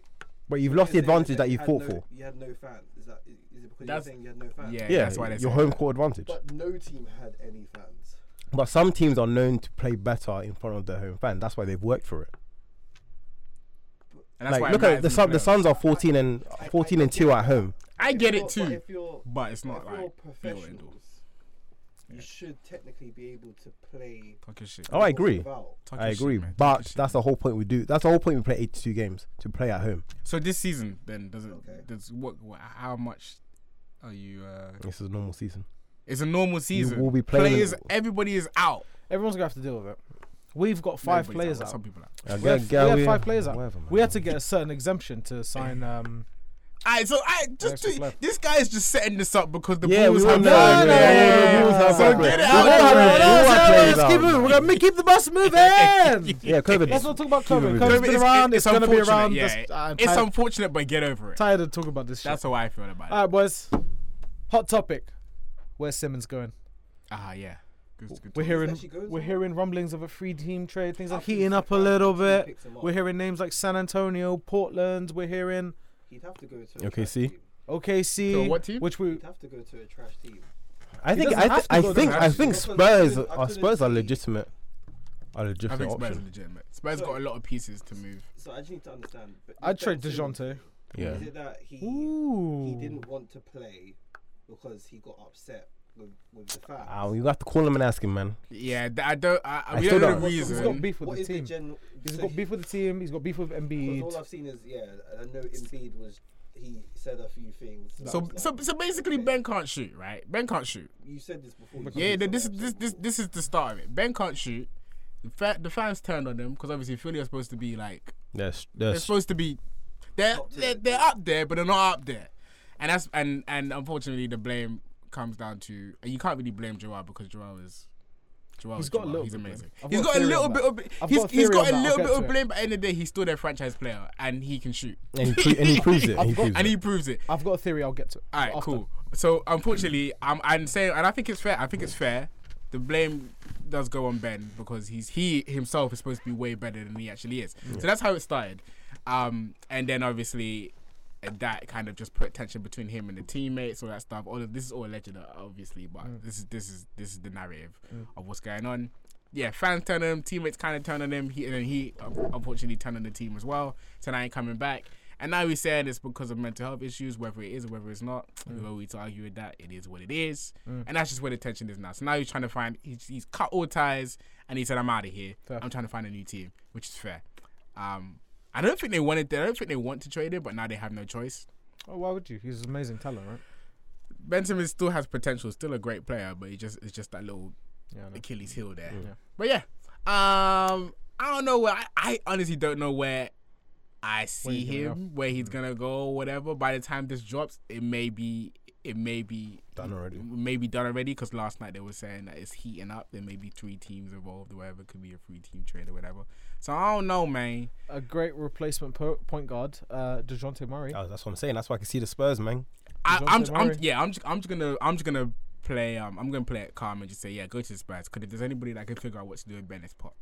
S3: But you've lost the
S5: you're saying
S3: advantage that you
S5: had
S3: fought
S5: no-
S3: for.
S5: You had no fans. Is that is it because
S2: That's-
S5: you're saying you had no fans?
S2: Yeah,
S3: Yeah,
S2: that's why they
S3: your
S2: say
S3: home
S2: that.
S3: court advantage.
S5: But no team had any fans.
S3: But some teams are known to play better in front of their home fans. That's why they've worked for it.
S2: And that's why
S3: like,
S2: it
S3: look at
S2: matters
S3: the
S2: in
S3: Sun. The
S2: playoffs.
S3: Suns are 14 and 14 and two at home.
S2: I get it
S5: But- But
S2: too,
S5: if you're
S2: but it's not
S5: if
S2: like be
S5: you're
S2: all end all.
S5: professionals, you should technically be able to play.
S2: Talking shit.
S3: Oh, I agree.
S5: without.
S2: Talking
S3: I
S2: shit,
S3: agree.
S2: man. Talking
S3: But
S2: shit.
S3: that's the whole point we do. That's the whole point we play 82 games to play at home.
S2: so this season then doesn't
S5: Okay.
S2: does what, what how much are you? uh
S3: This is a normal season.
S2: It's a normal season.
S3: will be playing-
S2: Players, everybody is out.
S4: Everyone's gonna have to deal with it. We've got five
S2: Everybody's
S4: players
S2: but Some
S4: out.
S2: people are.
S3: Uh,
S2: out.
S4: We
S3: yeah,
S4: have,
S3: yeah,
S4: we have
S3: we-
S4: five players out.
S3: whatever, man.
S4: we had to get a certain exemption to sign. Um,
S2: All right, so I just
S4: Extra
S2: to,
S4: left.
S2: this guy is just setting this up because the
S3: Yeah, we
S2: Bulls
S3: will
S2: have
S3: know. Yeah,
S2: no,
S3: yeah,
S4: yeah, yeah.
S2: so
S4: Yeah.
S2: get it
S3: Yeah.
S2: out.
S3: Yeah. Yeah.
S2: there.
S3: Yeah.
S4: let's
S3: Yeah.
S4: keep moving. We're gonna keep the bus moving.
S3: Yeah, COVID.
S4: Let's not talk about COVID.
S3: Keep it
S4: COVID's
S2: It's-
S4: been
S2: it's-
S4: around. It's,
S2: it's
S4: gonna be
S2: unfortunate,
S4: around.
S2: yeah.
S4: This, uh, I'm
S2: it's
S4: tired,
S2: unfortunate, but get over it.
S4: tired of talking about this shit.
S2: That's how I feel about
S4: All
S2: it.
S4: right, boys. Hot topic. Where's Simmons going?
S2: Ah, yeah. Good- good
S4: We're
S2: talk.
S4: hearing
S5: actually going
S4: we're
S5: somewhere.
S4: hearing rumblings of a free team trade. Things are
S5: I'd be
S4: heating up a
S5: surprised if
S4: little
S5: he
S4: bit.
S5: picks him up.
S4: We're hearing names like San Antonio, Portland. We're hearing
S5: He'd have to go to a
S3: Okay,
S5: trash
S3: see?
S5: team.
S4: OKC,
S2: So what team?
S4: which we
S5: He'd have to go to a trash team.
S3: I think
S4: doesn't
S3: I, th-
S4: have to
S3: I
S4: go to
S3: think
S2: the
S3: I think
S2: Raptors.
S5: I couldn't
S3: Spurs
S5: see- I
S3: are
S5: couldn't
S3: Spurs are
S5: see.
S3: legitimate. Are
S2: I
S3: legitimate
S2: think Spurs are
S3: option.
S2: legitimate. Spurs
S5: So-
S2: got a lot of pieces to move.
S5: So I just need to understand. But
S4: I'd
S5: is that
S4: trade
S5: Simmons-
S4: Dejounte.
S3: Yeah.
S5: Is it that he he
S4: Ooh.
S5: didn't want to play because he got upset with, with the fans?
S3: Oh, you have to call him and ask him, man.
S2: Yeah, th- I don't. I, I,
S3: I
S2: we
S3: still
S2: don't
S3: don't-
S2: know the
S5: What's- what's
S4: He's
S2: reason.
S4: got beef with
S5: What
S4: the
S5: is
S4: team.
S5: general?
S4: He's
S5: so
S4: got
S5: he-
S4: beef with the team. He's got beef with
S5: Because all
S4: Embiid.
S5: I've seen is yeah, I know Embiid was he said a few things. that
S2: So,
S5: was like,
S2: so, so basically, Ben can't shoot, right? Ben can't shoot.
S5: you said this before. you
S2: Yeah,
S5: said
S2: th- this,
S5: something
S2: this,
S5: else.
S2: this, this is the start of it. Ben can't shoot. The, fa- the fans turned on them because obviously Philly are supposed to be like
S3: Yes,
S2: they're
S3: yes.
S2: supposed to be they're, they're they're up there, but they're not up there, and that's and and unfortunately the blame comes down to and you can't really blame Joao because Joao is. Joao
S4: He's
S2: is
S4: got a
S2: Joao.
S4: little
S2: he's
S4: bit of
S2: amazing.
S4: blame. I've
S2: He's
S4: got a
S2: got a
S4: theory
S2: little
S4: on
S2: bit
S4: that.
S2: of bit-
S4: I've
S2: he's,
S4: got a
S2: he's
S4: theory
S2: got
S4: on
S2: a
S4: that. I'll
S2: little
S4: get
S2: bit
S4: to
S2: of
S4: it.
S2: blame, but at the end of the day, he's still their franchise player and he can shoot
S3: And he, pro- and he proves it. He
S4: I've got-
S3: proves
S2: and
S3: it.
S2: he proves it.
S4: I've got a theory. I'll get to. it
S2: All right,
S4: after.
S2: cool. So unfortunately, I'm I'm saying, and I think it's fair. I think it's fair. The blame does go on Ben because he's he himself is supposed to be way better than he actually is. So that's how it started, um, and then obviously uh, that kind of just put tension between him and the teammates, all that stuff. All of this is all alleged, uh, obviously, but this is this is this is the narrative of what's going on. Yeah, fans turn on him, teammates kind of turn on him, he, and then he um, unfortunately turned on the team as well. So now he coming back. And now he's saying it's because of mental health issues, whether it is or whether it's not. We're always to argue with that. It is what it is, and that's just where the tension is now. So now he's trying to find. He's, he's cut all ties, and he said, "I'm out of here.
S4: Fair.
S2: I'm trying to find a new team," which is fair. Um, I don't think they wanted. I don't think they want to trade him, but now they have no choice.
S4: Oh, why would you? He's an amazing talent, right?
S2: Ben Simmons still has potential, still a great player, but he just it's just that little
S4: Yeah. I know.
S2: Achilles heel there.
S4: Yeah.
S2: But yeah, um, I don't know where. I, I honestly don't know where I see
S4: he's gonna Mm.
S2: him, where he's gonna go, whatever. By the time this drops, it may be, it may be
S3: Done already.
S2: it may be done already. Because last night they were saying that it's heating up. There may be three teams involved, or whatever. Could be a three team trade or whatever. So I don't know, man.
S4: A great replacement po- point guard, uh, Dejounte Murray.
S3: Oh, that's what I'm saying. That's why I can see the Spurs, man.
S2: I,
S4: Dejounte
S2: I'm, j- I'm,
S4: Murray.
S2: yeah, I'm, j- I'm just gonna, I'm just gonna play, um, I'm gonna play it calm and just say, yeah, go to the Spurs. Because if there's anybody that can figure out what to do with Bennett's pot,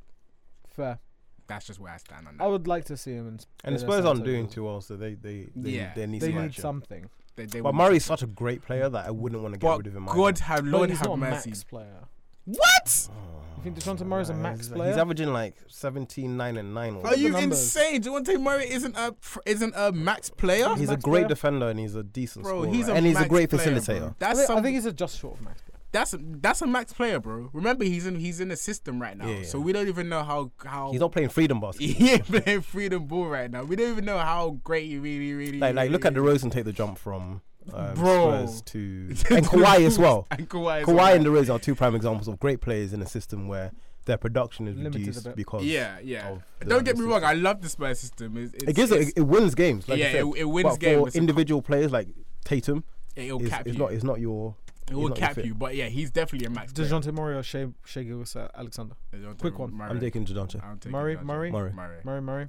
S4: Fair.
S2: that's just where I stand on that.
S3: Oh,
S4: I would like to see him. In,
S3: And the
S4: in a
S3: Spurs aren't
S4: Celtic
S3: doing
S4: role.
S3: too well, so they they they,
S2: Yeah.
S3: they need
S4: They
S3: some
S4: need
S3: action.
S4: something.
S2: They- they
S3: But
S2: will-
S3: Murray's such a great player that I wouldn't want to get
S2: But
S3: rid of him. either.
S2: God have
S4: But
S2: Lord
S4: Oh, he's
S2: have
S4: not a
S2: mercy.
S4: max player.
S2: What?
S3: Oh,
S4: You think Dejounte Murray's a
S2: Uh,
S3: Nah,
S4: max
S3: he's,
S4: player?
S3: He's averaging like 17, 9, and 9. or
S2: Are you
S4: numbers.
S2: insane? Devontae Murray isn't a isn't a max player,
S3: He's
S4: Max
S3: a great
S4: player?
S3: defender and he's a decent
S2: bro.
S3: scorer.
S2: He's a
S3: and he's
S2: max
S3: a great
S2: player, bro.
S3: facilitator.
S4: I
S2: That's
S4: think, I
S2: some-
S4: think he's a just short of max player.
S2: that's a, that's a max player, bro. Remember, he's in he's in the system right now,
S3: Yeah, yeah.
S2: so we don't even know how how
S3: He's not playing freedom basketball.
S2: he ain't playing freedom ball right now. We don't even know how great he really really.
S3: Like, like look at
S2: really
S3: the Rose and take the jump from um,
S2: Bro.
S3: Spurs to
S2: is.
S3: and Kawhi as well.
S2: And Kawhi, as
S3: Kawhi
S2: well.
S3: and the Rose are two prime examples of great players in a system where their production is
S4: Limited a
S3: reduced
S4: bit.
S3: because
S2: yeah, yeah.
S3: of the
S2: Don't get me
S3: system.
S2: wrong. I love the Spurs system. It's, it's,
S3: it gives
S2: it's,
S3: it, it wins games. Like you
S2: yeah,
S3: said.
S2: it, it wins
S3: but
S2: games.
S3: for
S2: It's a-
S3: individual players like Tatum,
S2: it'll
S3: is,
S2: cap
S3: is
S2: you.
S3: not is not your.
S2: it
S3: is
S2: will
S3: not your
S2: cap
S3: fit.
S2: you, but yeah, he's definitely a max. player.
S4: Dejounte Murray or Shea, Shea Gilgis uh, Alexander.
S2: Dejounte
S4: Quick one.
S2: Murray.
S3: I'm taking Jadoncha.
S2: I'm taking
S4: Murray,
S2: Dejounte
S4: Murray, Murray,
S3: Murray.
S2: Murray.
S4: Murray.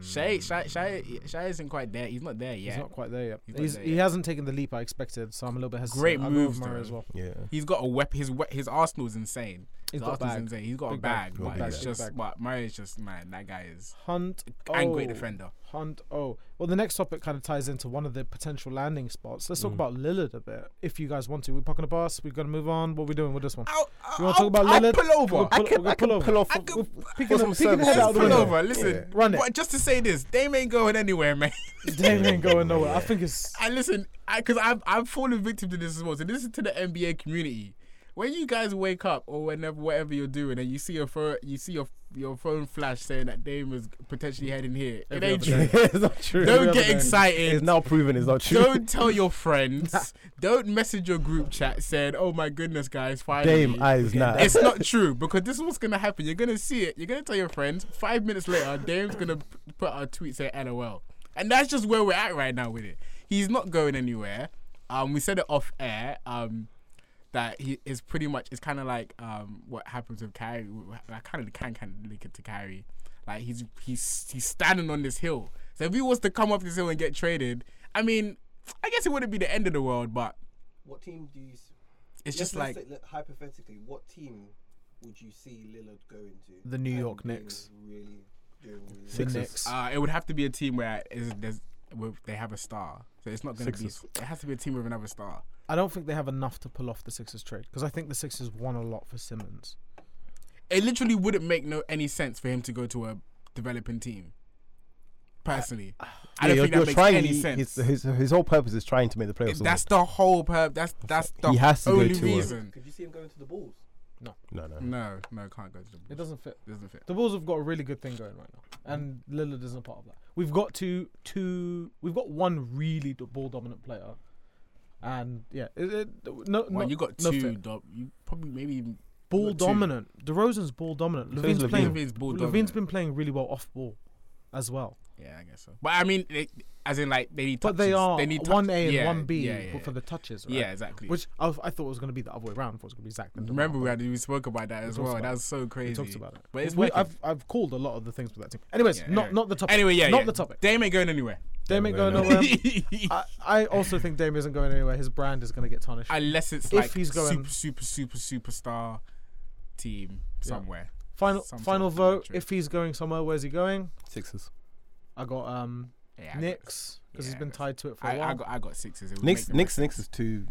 S2: Shay, Shay, Shay, Shay isn't quite there. He's not there yet.
S4: He's not quite there yet.
S2: He's
S4: He's
S2: not there
S4: he
S2: yet.
S4: hasn't taken the leap I expected, so I'm a little bit hesitant.
S2: Great
S4: I'll go
S2: moves,
S4: with Murray
S2: though.
S4: as well.
S3: Yeah.
S2: he's got a weapon. His we- his Arsenal's insane. his
S4: He's got
S2: Arsenal's
S4: bag.
S2: insane. He's got a
S4: Big bag.
S2: bag,
S3: Big
S2: but
S3: bag.
S2: it's
S4: Big
S2: just
S4: bag.
S2: but Murray's just man. That guy is
S4: Hunt. Oh.
S2: and great defender.
S4: Hunt. Oh. Well, the next topic kind of ties into one of the potential landing spots.
S2: Mm.
S4: Let's talk about Lillard a bit, if you guys want to. We're packing a bus. We've got to move on. What are we doing with this one?
S2: I'll,
S4: You want to talk about Lillard?
S2: pull
S4: We'll
S2: over.
S4: pull,
S3: I can-
S4: we'll
S3: I can
S4: pull over.
S3: pull off-
S2: I could,
S4: Picking,
S3: some
S4: the- picking the head
S3: service.
S4: out
S2: let's
S4: of
S2: pull
S4: the window.
S2: over. Listen,
S4: Run it.
S2: but just to say this, Dame ain't going anywhere, man.
S4: Dame ain't going nowhere. I think it's.
S2: I listen, I because I've I've fallen victim to this as well. So this is to the NBA community. When you guys wake up or whenever whatever you're doing and you see your phone, you see your your phone flash saying that Dame is potentially heading here. It ain't true.
S3: it's not true.
S2: Don't
S4: other
S2: get
S4: day.
S3: It's
S2: excited.
S3: now proven it's not true.
S2: Don't tell your friends. Don't message your group chat saying, "Oh my goodness, guys, finally."
S3: Dame eyes now.
S2: it's not true because this is what's gonna happen. You're gonna see it. You're gonna tell your friends. Five minutes later, Dame's gonna p- put out a tweet saying "LOL," and that's just where we're at right now with it. He's not going anywhere. Um, we said it off air. Um, that he is pretty much it's kind of like um what happens with Kyrie. I kind of can kind of link it to Kyrie. Like he's he's he's standing on this hill. So if he was to come off this hill and get traded, I mean, I guess it wouldn't be the end of the world, but
S5: What team do you? s-
S2: it's
S5: let's-
S2: just like
S5: let's say- let- hypothetically, what team would you see Lillard going to?
S4: The New
S5: and
S4: York
S5: being
S4: Knicks.
S5: Really doing really well?
S4: The
S3: Sixers.
S4: Knicks.
S2: Uh, it would have to be a team where is, there's, where they have a star. So it's not going to be.
S3: Sixers.
S2: It has to be a team with another star.
S4: I don't think they have enough to pull off the Sixers trade because I think the Sixers won a lot for Simmons.
S2: It literally wouldn't make no any sense for him to go to a developing team. Personally, I, don't
S3: you're-
S2: think that
S3: you're
S2: makes
S3: trying-
S2: any
S3: he- His,
S2: sense.
S3: his his whole purpose is trying to make the playoffs.
S2: that's the whole purpose. That's that's the
S3: He has to go
S2: only
S3: to a-
S2: reason.
S5: Could you see him going to the Bulls?
S3: no, no. no.
S2: No, no, can't go to the. Bulls.
S4: It doesn't fit.
S2: Doesn't fit.
S4: The Bulls have got a really good thing going right now, and Lillard isn't part of that. We've got two, two. We've got one really do- ball dominant player, and yeah, it, it, no,
S2: Well,
S4: no-
S2: you got
S4: no
S2: two.
S4: fit.
S2: Dub, you probably maybe even
S4: ball
S2: Two.
S4: dominant. DeRozan's ball dominant. Levine's
S3: Levine.
S4: playing.
S2: Levine's ball
S4: Levine's
S2: dominant.
S4: been playing really well off ball, as well.
S2: Yeah, I guess so. But I mean, it, as in like they need.
S4: But
S2: Touches.
S4: they are
S2: need touches.
S4: one A and
S2: Yeah,
S4: one B
S2: Yeah, yeah,
S4: for the touches. Right?
S2: yeah. exactly.
S4: Which I, I thought was going to be the other way around. I thought it was going to be Zach. then DeMar,
S2: remember we had we spoke about that as
S4: talked
S2: well.
S4: about
S2: That
S4: it.
S2: was so
S4: but we
S2: crazy.
S4: talked about it.
S2: But it's
S4: we,
S2: working.
S4: I've I've called a lot of the things with that team. Anyways,
S2: Yeah,
S4: not
S2: anyway.
S4: not the topic.
S2: Anyway, yeah,
S4: not
S2: yeah.
S4: the topic. Um,
S2: Dame ain't going anywhere.
S4: Dame ain't going nowhere. I, I also think Dame isn't going anywhere. His brand is going to get tarnished.
S2: Unless it's
S4: If
S2: like
S4: he's going-
S2: super, super, super superstar team somewhere.
S4: final
S2: some
S4: final
S2: sort of
S4: vote.
S2: trade.
S4: If he's going somewhere, where's he going?
S3: Sixers.
S4: I got um
S2: Yeah, I got-
S4: Knicks because he's
S2: Yeah,
S4: been
S2: that's-
S4: tied to it for a
S2: I,
S4: while.
S2: I got I got sixes. It would make
S3: Knicks,
S2: the
S3: Knicks,
S2: most
S3: Knicks is too,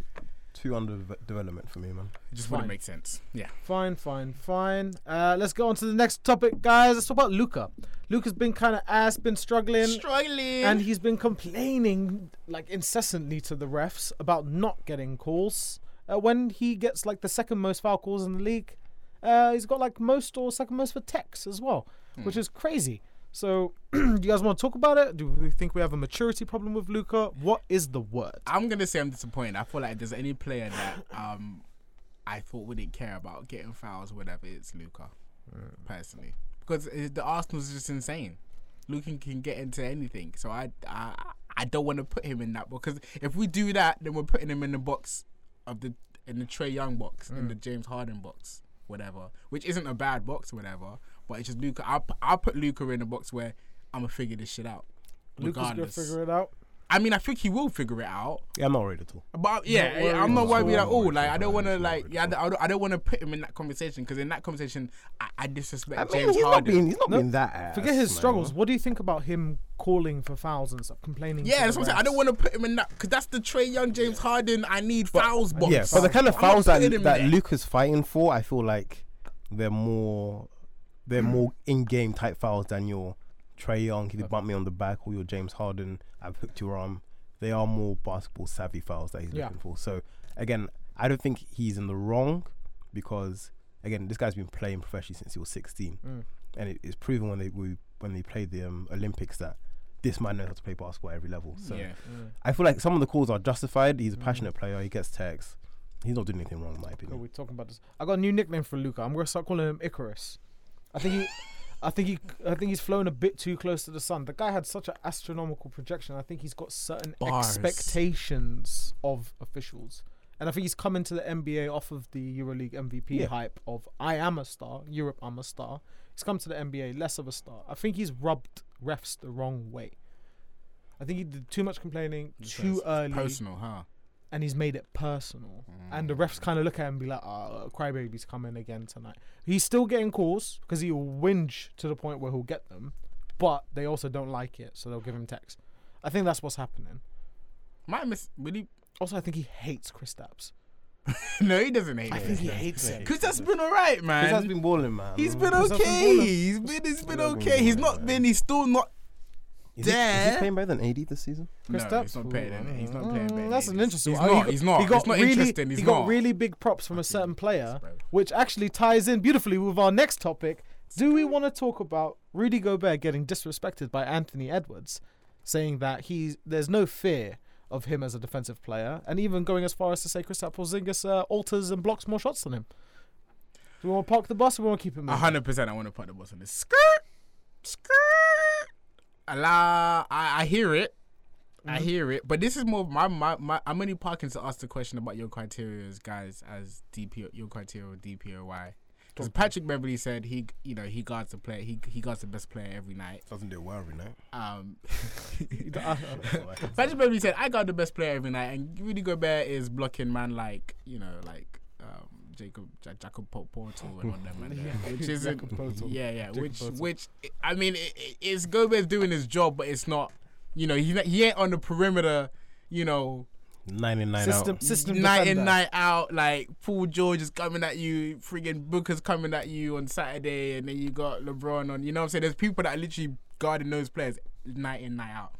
S3: too under v- development for me, man.
S2: sense. It just wouldn't
S4: Fine.
S2: make sense. Yeah.
S4: Fine, fine, fine. Uh, let's go on to the next topic, guys. Let's talk about Luca. Luca's been kind of ass, been struggling,
S2: Struggling.
S4: and he's been complaining like incessantly to the refs about not getting calls uh, when he gets like the second most foul calls in the league. Uh, he's got like most or second most for techs as well,
S2: Hmm.
S4: which is crazy. So, do you guys want to talk about it? Do we think we have a maturity problem with Luca? What is the word?
S2: I'm gonna say I'm disappointed. I feel like if there's any player that um I thought wouldn't care about getting fouls, whatever, it's Luca.
S4: Mm.
S2: Personally, because uh, the Arsenal's just insane. Luca can get into anything, so I I, I don't want to put him in that because if we do that, then we're putting him in the box of the in the Trey Young box, in the
S4: Mm.
S2: James Harden box, whatever. Which isn't a bad box, whatever. But it's just Luca. I'll, pu- I'll put Luca in a box where I'm gonna figure this shit out.
S4: Luca's gonna
S2: regardless.
S4: figure it out.
S2: I mean, I think he will figure it out.
S3: Yeah, I'm not worried at all.
S2: But yeah,
S4: worried
S2: I'm not
S4: at
S2: worried
S4: all.
S2: at all. Like I
S3: Not
S2: don't want to
S3: worried, not
S2: like
S3: worried
S2: yeah, I don't, I don't- I don't want to put him in that conversation because in that conversation I, I disrespect
S3: I mean,
S2: James
S3: he's not
S2: Harden.
S3: being, he's not
S4: No,
S3: being that. Ass,
S4: Forget his
S3: man.
S4: struggles. What do you think about him calling for fouls and stuff, complaining? to
S2: yeah, that's
S4: the
S2: what I'm saying. I don't
S4: refs?
S2: want to put him in that because that's the Trey Young, James Harden. I need fouls box.
S3: Yeah, but the kind of
S2: I'm not
S3: fouls that
S2: putting him
S3: that
S2: there.
S3: Luca's fighting for, I feel like they're more, they're more in-game type fouls than your Trey Young. He bumped me on the back, or your James Harden. I've hooked your arm. They are more basketball savvy fouls that he's
S4: Yeah.
S3: looking for. So again, I don't think he's in the wrong because again, this guy's been playing professionally since he was 16, and it, it's proven when they we, when they played the um, Olympics that this man knows how to play basketball at every level. So.
S2: Yeah.
S3: I feel like some of the calls are justified. He's a passionate player. He gets texts. He's not doing anything wrong, in my
S4: Cool,
S3: opinion.
S4: we're talking about this. I got a new nickname for Luca. I'm gonna start calling him Icarus. I think he, I think he, I think he's flown a bit too close to the sun. The guy had such an astronomical projection. I think he's got certain
S2: Bars.
S4: expectations of officials, and I think he's come into the NBA off of the EuroLeague MVP
S3: Yeah.
S4: hype of I am a star, Europe I'm a star. He's come to the NBA less of a star. I think he's rubbed refs the wrong way. I think he did too much complaining too
S2: It's
S4: early
S2: Personal, huh?
S4: and he's made it personal. And the refs kind of look at him and be like, oh, Crybaby's coming again tonight. He's still getting calls because he'll whinge to the point where he'll get them, but they also don't like it, so they'll give him text. I think that's what's happening.
S2: My miss. Really?
S4: Also, I think he hates Chris Stapps.
S2: No, he doesn't hate.
S4: I
S2: him.
S4: think he hates him.
S2: Chris has been alright,
S3: He has
S2: man.
S3: been balling, man.
S2: He's been
S4: Chris has been
S2: okay.
S4: balling.
S2: He's been he's been
S3: has been
S2: okay. He's
S3: balling,
S2: not
S3: man.
S2: been. He's still not.
S3: Is he, is he
S2: there.
S3: playing better than AD this season?
S4: Chris
S2: no,
S4: Stapps.
S2: he's not playing. in it. He's not playing.
S4: Mm,
S2: better
S4: that's
S2: than
S4: an
S2: it.
S4: interesting
S2: He's
S4: one.
S2: not.
S4: He
S2: He's not.
S4: He got
S2: It's not
S4: really,
S2: interesting. He's
S4: he got
S2: not.
S4: really big props from a certain player,
S2: bro.
S4: which actually ties in beautifully with our next topic. Do we want to talk about Rudy Gobert getting disrespected by Anthony Edwards, saying that he's there's no fear of him as a defensive player, and even going as far as to say Chris Porzingis uh, alters and blocks more shots than him? Do we want to park the bus or we want to keep him?
S2: A
S4: moving?
S2: hundred percent. I want to put the boss on the skirt, skirt. Allah, I, I hear it. I hear it, but this is more my my, my I'm only parking to ask the question about your criteria, guys, as DP your criteria or DPOY. Because Patrick Beverly said he, you know, he guards the player, he he guards the best player every night.
S3: Doesn't do well every night.
S2: Um,
S3: That's
S2: Patrick Beverly said I guard the best player every night, and Rudy Gobert is blocking man like you know like um, Jacob Ja- Jacob Port- Portal and all them, man, which isn't
S4: Jakob Poeltl.
S2: yeah, yeah.
S4: Jacob
S2: which,
S4: Poeltl.
S2: which I mean, it, it- it's Gobert's doing his job, but it's not. You know, he he ain't on the perimeter. You know,
S3: Ninety-nine
S4: System,
S3: out.
S4: system
S2: night
S4: defender.
S2: in, night out. Like Paul George is coming at you, friggin' Booker's coming at you on Saturday, and then you got LeBron on. You know what I'm saying? There's people that are literally guarding those players night in, night out.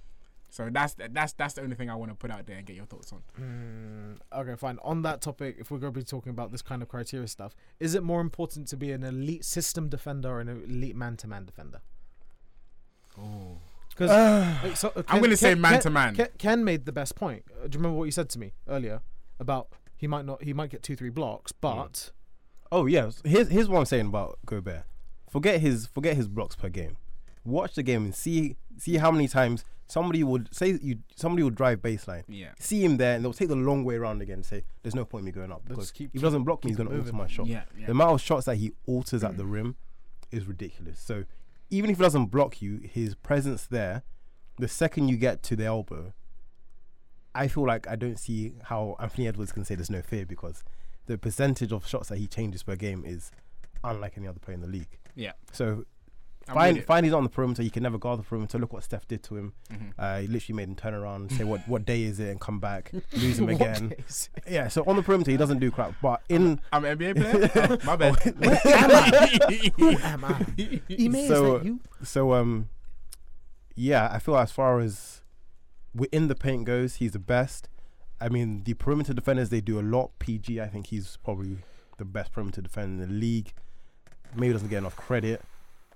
S2: So that's that's that's the only thing I want to put out there and get your thoughts on.
S4: Okay, fine. On that topic, if we're going to be talking about this kind of criteria stuff, is it more important to be an elite system defender or an elite man-to-man defender? Because so, uh, Ken-
S2: Oh. gonna say
S4: Ken-
S2: man-to-man.
S4: Ken, Ken made the best point.
S2: Hmm.
S4: Uh, Do you remember what you said to me earlier about he might not, he might get two, three blocks, but
S3: Oh yeah. So Here's here's what I'm saying about Gobert. Forget his forget his blocks per game. Watch the game and see see how many times somebody would say you somebody would drive baseline.
S2: Yeah.
S3: See him there and they'll take the long way around again and say, There's no point in me going up because
S4: keep-
S3: if he doesn't block me, he's
S4: keep
S3: gonna
S4: it
S3: alter
S4: moving.
S3: my shot.
S2: Yeah, yeah. Mm.
S3: The amount of shots that he alters at the rim is ridiculous. So even if he doesn't block you, his presence there, the second you get to the elbow, I feel like I don't see how Anthony Edwards can say there's no fear because the percentage of shots that he changes per game is unlike any other player in the league.
S2: Yeah.
S3: So
S2: I'm
S3: find
S2: with it.
S3: find he's on the perimeter. He can never guard the perimeter. Look what Steph did to him.
S2: Mm-hmm.
S3: Uh, he literally made him turn around, say what what day is it, and come back, lose him again. Yeah. So on the perimeter, he doesn't do crap. But in
S2: I'm an NBA player. Oh, my bad.
S4: Am I? Ime, is
S3: So,
S4: that you?
S3: so um, yeah, I feel as far as within the paint goes, he's the best. I mean, the perimeter defenders they do a lot. PG, I think he's probably the best perimeter defender in the league. Maybe doesn't get enough credit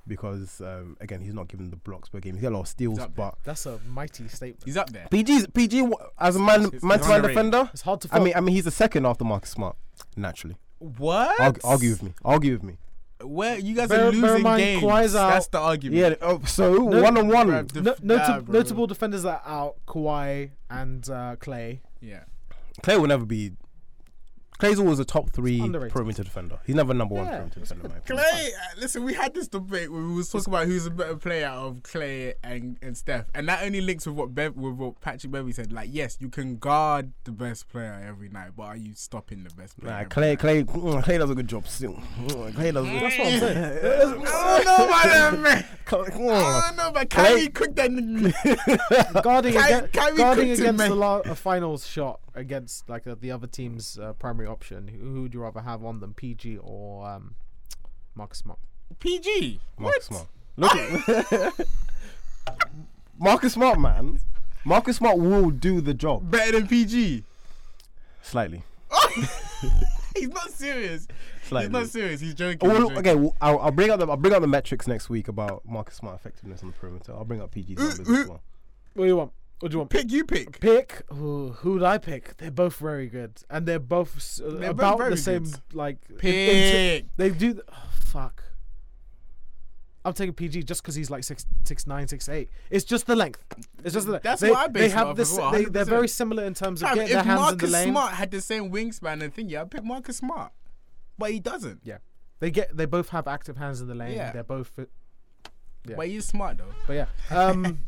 S3: because um, again, he's not given the blocks per game. He got a lot of steals,
S2: up there.
S3: but
S4: That's a mighty statement.
S2: He's up there.
S3: PG's PG as a man
S2: it's
S3: man to man
S2: underrated.
S3: defender.
S4: It's hard to.
S3: I
S4: Follow.
S3: mean, I mean, he's the second after Marcus Smart. Naturally,
S2: What?
S3: argue, argue with me. Argue with me.
S2: Where you guys
S4: Bear-
S2: are
S4: bear in
S2: losing
S4: mind,
S2: games.
S4: Kawhi's out.
S2: That's the argument.
S3: Yeah. Oh, so one on
S2: Bruv,
S3: one.
S2: the-
S4: no,
S2: nah,
S4: nota-
S2: bro.
S4: notable defenders that are out: Kawhi and uh, Clay.
S2: Yeah.
S3: Clay will never be. Clay's always a top three
S4: underrated.
S3: perimeter defender. He's never number one
S4: Yeah.
S3: perimeter defender. in my opinion.
S2: Clay, uh, listen, we had this debate where we was talking about who's a better player of Clay and, and Steph, and that only links with what Bev, with what Patrick Beverly said. Like, yes, you can guard the best player every night, but are you stopping the best player?
S3: Nah,
S2: every
S3: Clay,
S2: night?
S3: Clay, mm, Clay does a good job still. Mm, Clay does. That's what I'm saying.
S2: I don't know about that man.
S3: Clay,
S2: I
S3: mm.
S2: don't know, but can
S3: Clay-
S2: we cook that?
S4: Guarding,
S2: Kyrie-
S4: against,
S2: Kyrie
S4: guarding
S2: Cooks it,
S4: against
S2: mate.
S4: the la- a finals shot against like uh, the other team's uh, primary option. Who, who would you rather have on them, PG or um, Marcus Smart?
S2: PG.
S3: Marcus Smart. Look, at Marcus Smart, man. Marcus Smart will do the job
S2: Better than PG.
S3: slightly.
S2: He's not serious.
S3: Slightly.
S2: He's not serious. He's joking. he's
S3: Well,
S2: joking.
S3: okay, well, I'll, I'll bring up the I'll bring up the metrics next week about Marcus Smart effectiveness on the perimeter. I'll bring up PG's
S4: Uh,
S3: numbers as well.
S4: What do you want? What do you want?
S2: Pick you pick.
S4: Pick who? Who'd I pick? They're both very good, and they're both s-
S2: both
S4: about
S2: very
S4: the same.
S2: good.
S4: Like in- in-
S2: Pick.
S4: they do. th- oh, fuck. I'm taking PG just because he's like six, six nine, six eight. It's just the length. It's just the length.
S2: That's
S4: they,
S2: what I
S4: they
S2: base it
S4: have
S2: off
S4: this.
S2: as well,
S4: they, they're
S2: 100%.
S4: very similar in terms of
S2: Fam,
S4: getting their
S2: if
S4: hands in
S2: Marcus
S4: the lane.
S2: Smart had the same wingspan and thing, yeah, I'd pick Marcus Smart, but he doesn't.
S4: Yeah, they get. They both have active hands in the lane.
S2: Yeah.
S4: They're both. Fit, Yeah.
S2: But he's smart though.
S4: but yeah. Um,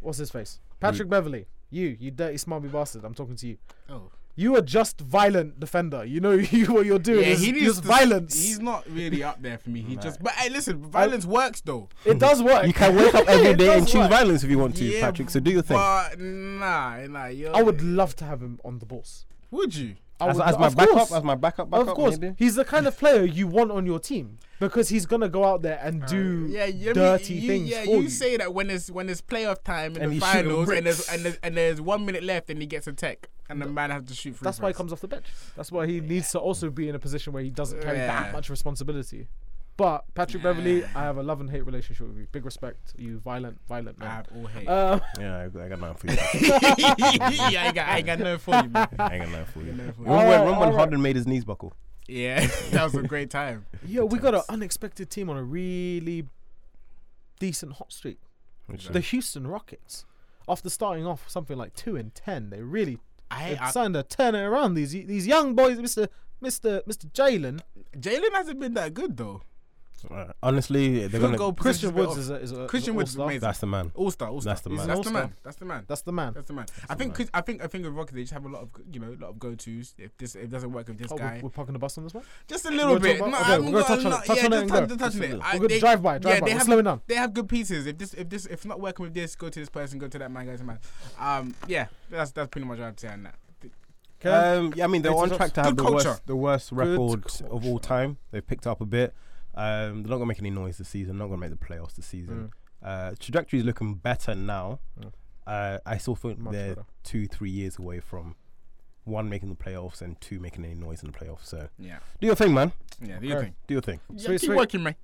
S4: what's his face?
S3: Mm.
S4: Patrick Beverly. You, you dirty smarmy bastard. I'm talking to you.
S2: Oh.
S4: You are just violent defender. You know you what you're doing. is, just
S2: to-
S4: violence.
S2: He's not really up there for me. He just. But hey, listen, violence works though.
S4: It does work.
S3: You can wake up every
S4: It
S3: day and
S4: does
S3: choose
S4: work.
S3: violence if you want to, Patrick. So do your thing.
S2: But nah, nah. You're,
S4: I would love to have him on the balls.
S2: Would you?
S4: I
S3: as,
S4: would,
S3: as my
S4: of
S3: backup,
S4: course.
S3: as my backup, backup.
S4: of course,
S3: maybe.
S4: he's the kind of player you want on your team because he's gonna go out there and do
S2: Uh, Yeah, you, I mean,
S4: dirty
S2: you-
S4: things
S2: Yeah,
S4: for
S2: you,
S4: you.
S2: say that when it's when it's playoff time in
S3: And
S2: the
S3: he's shooting
S2: finals, and there's,
S3: bricks.
S2: and there's and there's one minute left, and he gets a tech, and the man has to shoot. free
S4: That's why he
S2: throws.
S4: comes off the bench. That's why he needs to also be in a position where he doesn't carry
S2: Yeah.
S4: that much responsibility. But Patrick Beverly, I have a love and hate relationship with you. Big respect. You violent, violent
S2: I
S4: man.
S2: have all hate.
S4: Um,
S3: Yeah, I, I got nothing for you. Patrick.
S2: yeah, I ain't got, I ain't got no for you, man.
S3: I ain't got nothing for you. Remember when,
S4: Alright,
S3: remember when
S4: alright.
S3: Harden made his knees buckle?
S2: Yeah, that was a great time.
S4: yo, we got an unexpected team on a really decent hot streak. The Houston Rockets. After starting off something like two and ten, they really
S2: I,
S4: they've
S2: I
S4: signed a turner around. These these young boys, Mister Mister Mister Jalen,
S2: Jalen hasn't been that good though.
S3: Alright. Honestly, they're
S2: Field
S3: gonna.
S2: goal
S4: Christian
S2: percentage been
S4: Woods
S2: off.
S4: is a, is a
S2: Christian
S4: is a
S2: Woods is
S4: all-star.
S2: amazing.
S3: That's the man.
S2: All star, all star.
S3: That's the man.
S2: That's the
S4: All-star.
S2: man. That's the man.
S4: That's the man.
S2: That's the man. I think Chris- I think I think with Rocket they just have a lot of you know a lot of go tos. If this if it doesn't work with this
S4: Oh,
S2: guy,
S4: we're, we're parking the bus on this one.
S2: just a little
S4: we're
S2: bit.
S4: talking
S2: No,
S4: about- okay,
S2: I'm
S4: we're gonna
S2: not-
S4: touch on it.
S2: not-
S4: Touch
S2: yeah,
S4: on it
S2: just
S4: and
S2: touch-
S4: go.
S2: just touching it. I-
S4: We're gonna
S2: they-
S4: drive by, drive
S2: yeah,
S4: by.
S2: they
S4: We're
S2: have-
S4: slowing down.
S2: They have good pieces. If this if this if not working with this, go to this person. Go to that man. Go to that man. Um, yeah, that's that's pretty much what I'd say on that. Uh,
S3: Um, yeah, I mean they're on track to have
S2: Good
S3: the
S2: culture.
S3: worst, the worst record of all
S4: culture.
S3: time. They've picked up a bit. Um, they're not gonna make any noise this season. Not gonna make the playoffs this season. Uh, trajectory is looking better now.
S4: Mm.
S3: Uh, I still think
S4: Much
S3: they're
S4: better.
S3: two, three years away from one making the playoffs and two making any noise in the playoffs. So
S2: Yeah,
S3: do your thing, man.
S2: yeah. Do you
S4: Okay.
S2: think?
S3: Do your thing.
S2: Yeah,
S4: Sweet,
S2: keep
S4: sweet.
S2: working, man.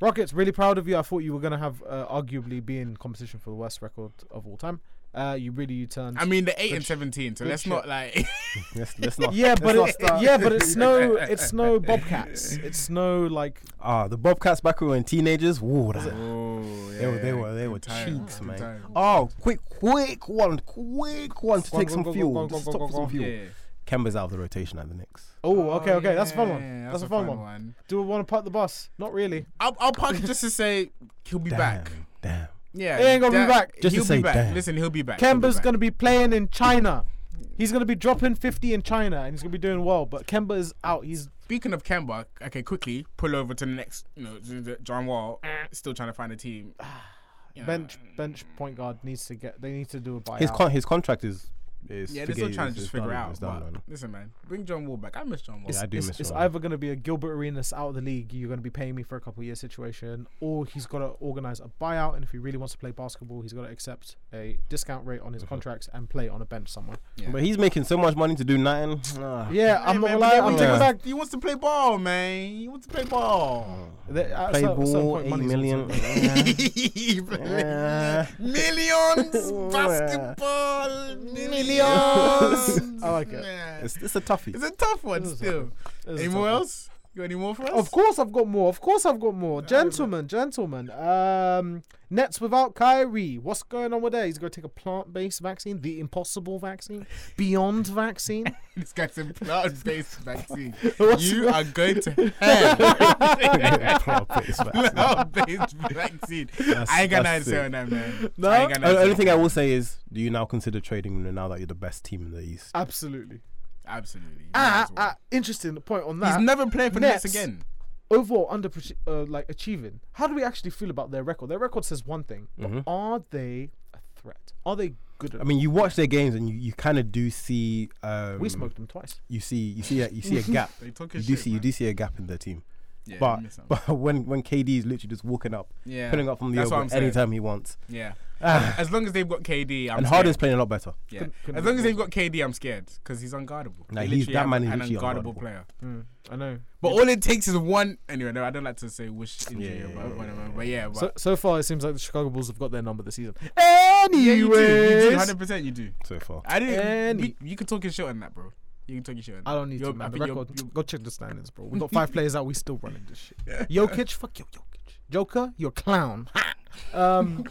S4: Rockets, really proud of you. I thought you were gonna have uh, arguably be in competition for the worst record of all time. uh, you really you turned.
S2: I mean, the eight and seventeen. So let's not like.
S3: Let's, let's not.
S4: yeah,
S3: let's
S4: but
S3: not
S4: it,
S3: start.
S4: yeah, but it's no, it's no Bobcats. It's no like
S3: Ah, the Bobcats back when we were teenagers. Woo, that-
S2: oh, yeah,
S3: They were, they were, they
S2: good
S3: were
S2: times,
S3: cheats,
S2: good
S3: man.
S2: times.
S3: Oh, quick, quick one, quick one to
S4: Go on,
S3: take
S4: go
S3: some
S4: on, go on, go
S3: fuel.
S4: on,
S3: Just
S4: go on, go
S3: stop
S4: on,
S3: for
S4: go
S3: some
S4: on.
S3: fuel.
S2: Yeah.
S3: Kemba's out of the rotation at the Knicks.
S4: oh okay okay that's a fun one
S2: yeah,
S4: that's, a fun, one. Do we want to park the bus? Not really.
S2: I'll, I'll park it just to say he'll be
S3: Damn,
S2: back.
S3: damn.
S2: Yeah,
S4: He ain't gonna be back.
S3: Just to
S2: he'll
S3: say
S2: be back.
S3: damn.
S2: Listen, he'll be back. he'll be
S4: Kemba's
S2: back.
S4: gonna be playing in China. He's gonna be dropping fifty in China and he's gonna be doing well. But Kemba is out. He's
S2: Speaking of Kemba, okay, quickly pull over to the next. You know, z- z- John Wall still trying to find a team. You know,
S4: bench bench point guard needs to get. They need to do a buyout.
S3: His con- his contract is is.
S2: Yeah, they're still
S3: forget-
S2: trying
S3: is-
S2: to just
S3: is
S2: figure
S3: done,
S2: out.
S3: is done,
S2: But
S3: man.
S2: listen, man, bring John Wall back. I miss John Wall.
S4: It's,
S3: I do
S4: it's,
S3: miss
S4: it's
S3: Ronaldo.
S4: either going to be a Gilbert Arenas out of the league, you're going to be paying me for a couple of years situation, or he's got to organize a buyout. And if he really wants to play basketball, he's got to accept a discount rate on his contracts and play on a bench somewhere.
S3: But he's making so much money to do nothing. Ah.
S4: Yeah,
S2: Hey, man,
S4: I'm not gonna
S2: but
S4: lie.
S2: they
S4: I'm
S2: want
S4: taking
S2: him
S3: Yeah.
S4: back.
S2: back. He wants to play ball, man. He wants to play ball.
S4: the- at a
S3: Play
S4: cer- certain
S3: ball,
S4: point,
S3: eight
S4: money's also-
S3: million. Yeah.
S2: Millions basketball. Millions.
S4: I like it.
S2: Yeah.
S3: It's, it's a toughie.
S2: It's a tough one
S4: This is
S2: still.
S4: This is
S2: Any
S4: a
S2: more
S4: tough one.
S2: else? You got any more for us?
S4: Of course, I've got more. Of course, I've got more. Gentlemen, gentlemen. Um, Nets without Kyrie. What's going on with that? He's going to take a plant-based vaccine, the impossible vaccine, beyond vaccine.
S2: This guy's a plant-based vaccine.
S4: What's
S2: you
S4: wrong?
S2: are going to hell.
S3: Plant-based vaccine.
S2: plant-based vaccine. I ain't got nothing
S3: that's
S2: to say on that, man.
S4: No?
S2: I ain't
S3: Uh,
S2: got nothing
S3: The
S2: to
S3: only
S2: say.
S3: thing I will say is, do you now consider trading him now that you're the best team in the East?
S4: Absolutely.
S2: Absolutely.
S4: Ah,
S2: Might as well.
S4: ah, interesting point on
S3: ah.
S2: He's
S4: that.
S2: never playing for Nets
S4: Nets.
S2: again.
S4: Overall, under uh, like achieving. How do we actually feel about their record? Their record says one thing, but are they a threat? Are they good?
S3: I
S4: Enough?
S3: mean, you watch their games and you, you kind of do see. Um,
S4: we smoked them twice.
S3: You see, you see, a, you see a gap.
S2: They took
S3: you
S2: his
S3: do
S2: shit,
S3: see, you
S2: man.
S3: do see a gap in their team.
S2: Yeah,
S3: but
S2: you miss out.
S3: but when when KD is literally just walking up,
S2: Yeah,
S3: pulling up from the
S2: that's what I'm
S3: elbow
S2: saying.
S3: anytime he wants,
S2: yeah.
S3: Ah.
S2: As long as they've got KD, I'm
S3: and
S2: scared.
S3: Harden's playing a lot better.
S2: Yeah.
S4: Couldn't- couldn't
S2: as long
S4: be
S2: as they've got KD, I'm scared because he's unguardable.
S3: Nah,
S2: They
S3: he's-
S2: literally
S3: that
S2: have
S3: man is
S2: an
S3: literally
S2: unguardable
S3: unguardable.
S2: player.
S4: I know.
S2: But all it takes is one. Anyway, no, I don't like to say which injury
S3: yeah,
S2: or
S3: yeah,
S2: whatever. But yeah, but
S4: So, so far, it seems like the Chicago Bulls have got their number this season.
S2: yeah, you do. You do.
S4: Anyways,
S2: Hundred percent, you do.
S3: So far,
S2: I didn't.
S4: Any-
S2: we- you can talk your shit on that, bro. You can talk your shit on.
S4: I don't need
S2: You're-
S4: to,
S2: I
S4: man. The
S2: think you're-
S4: record, go check the standings, bro. We got five players out. We still running this shit. Jokic, fuck you, Jokic. Joker, you're a clown. um,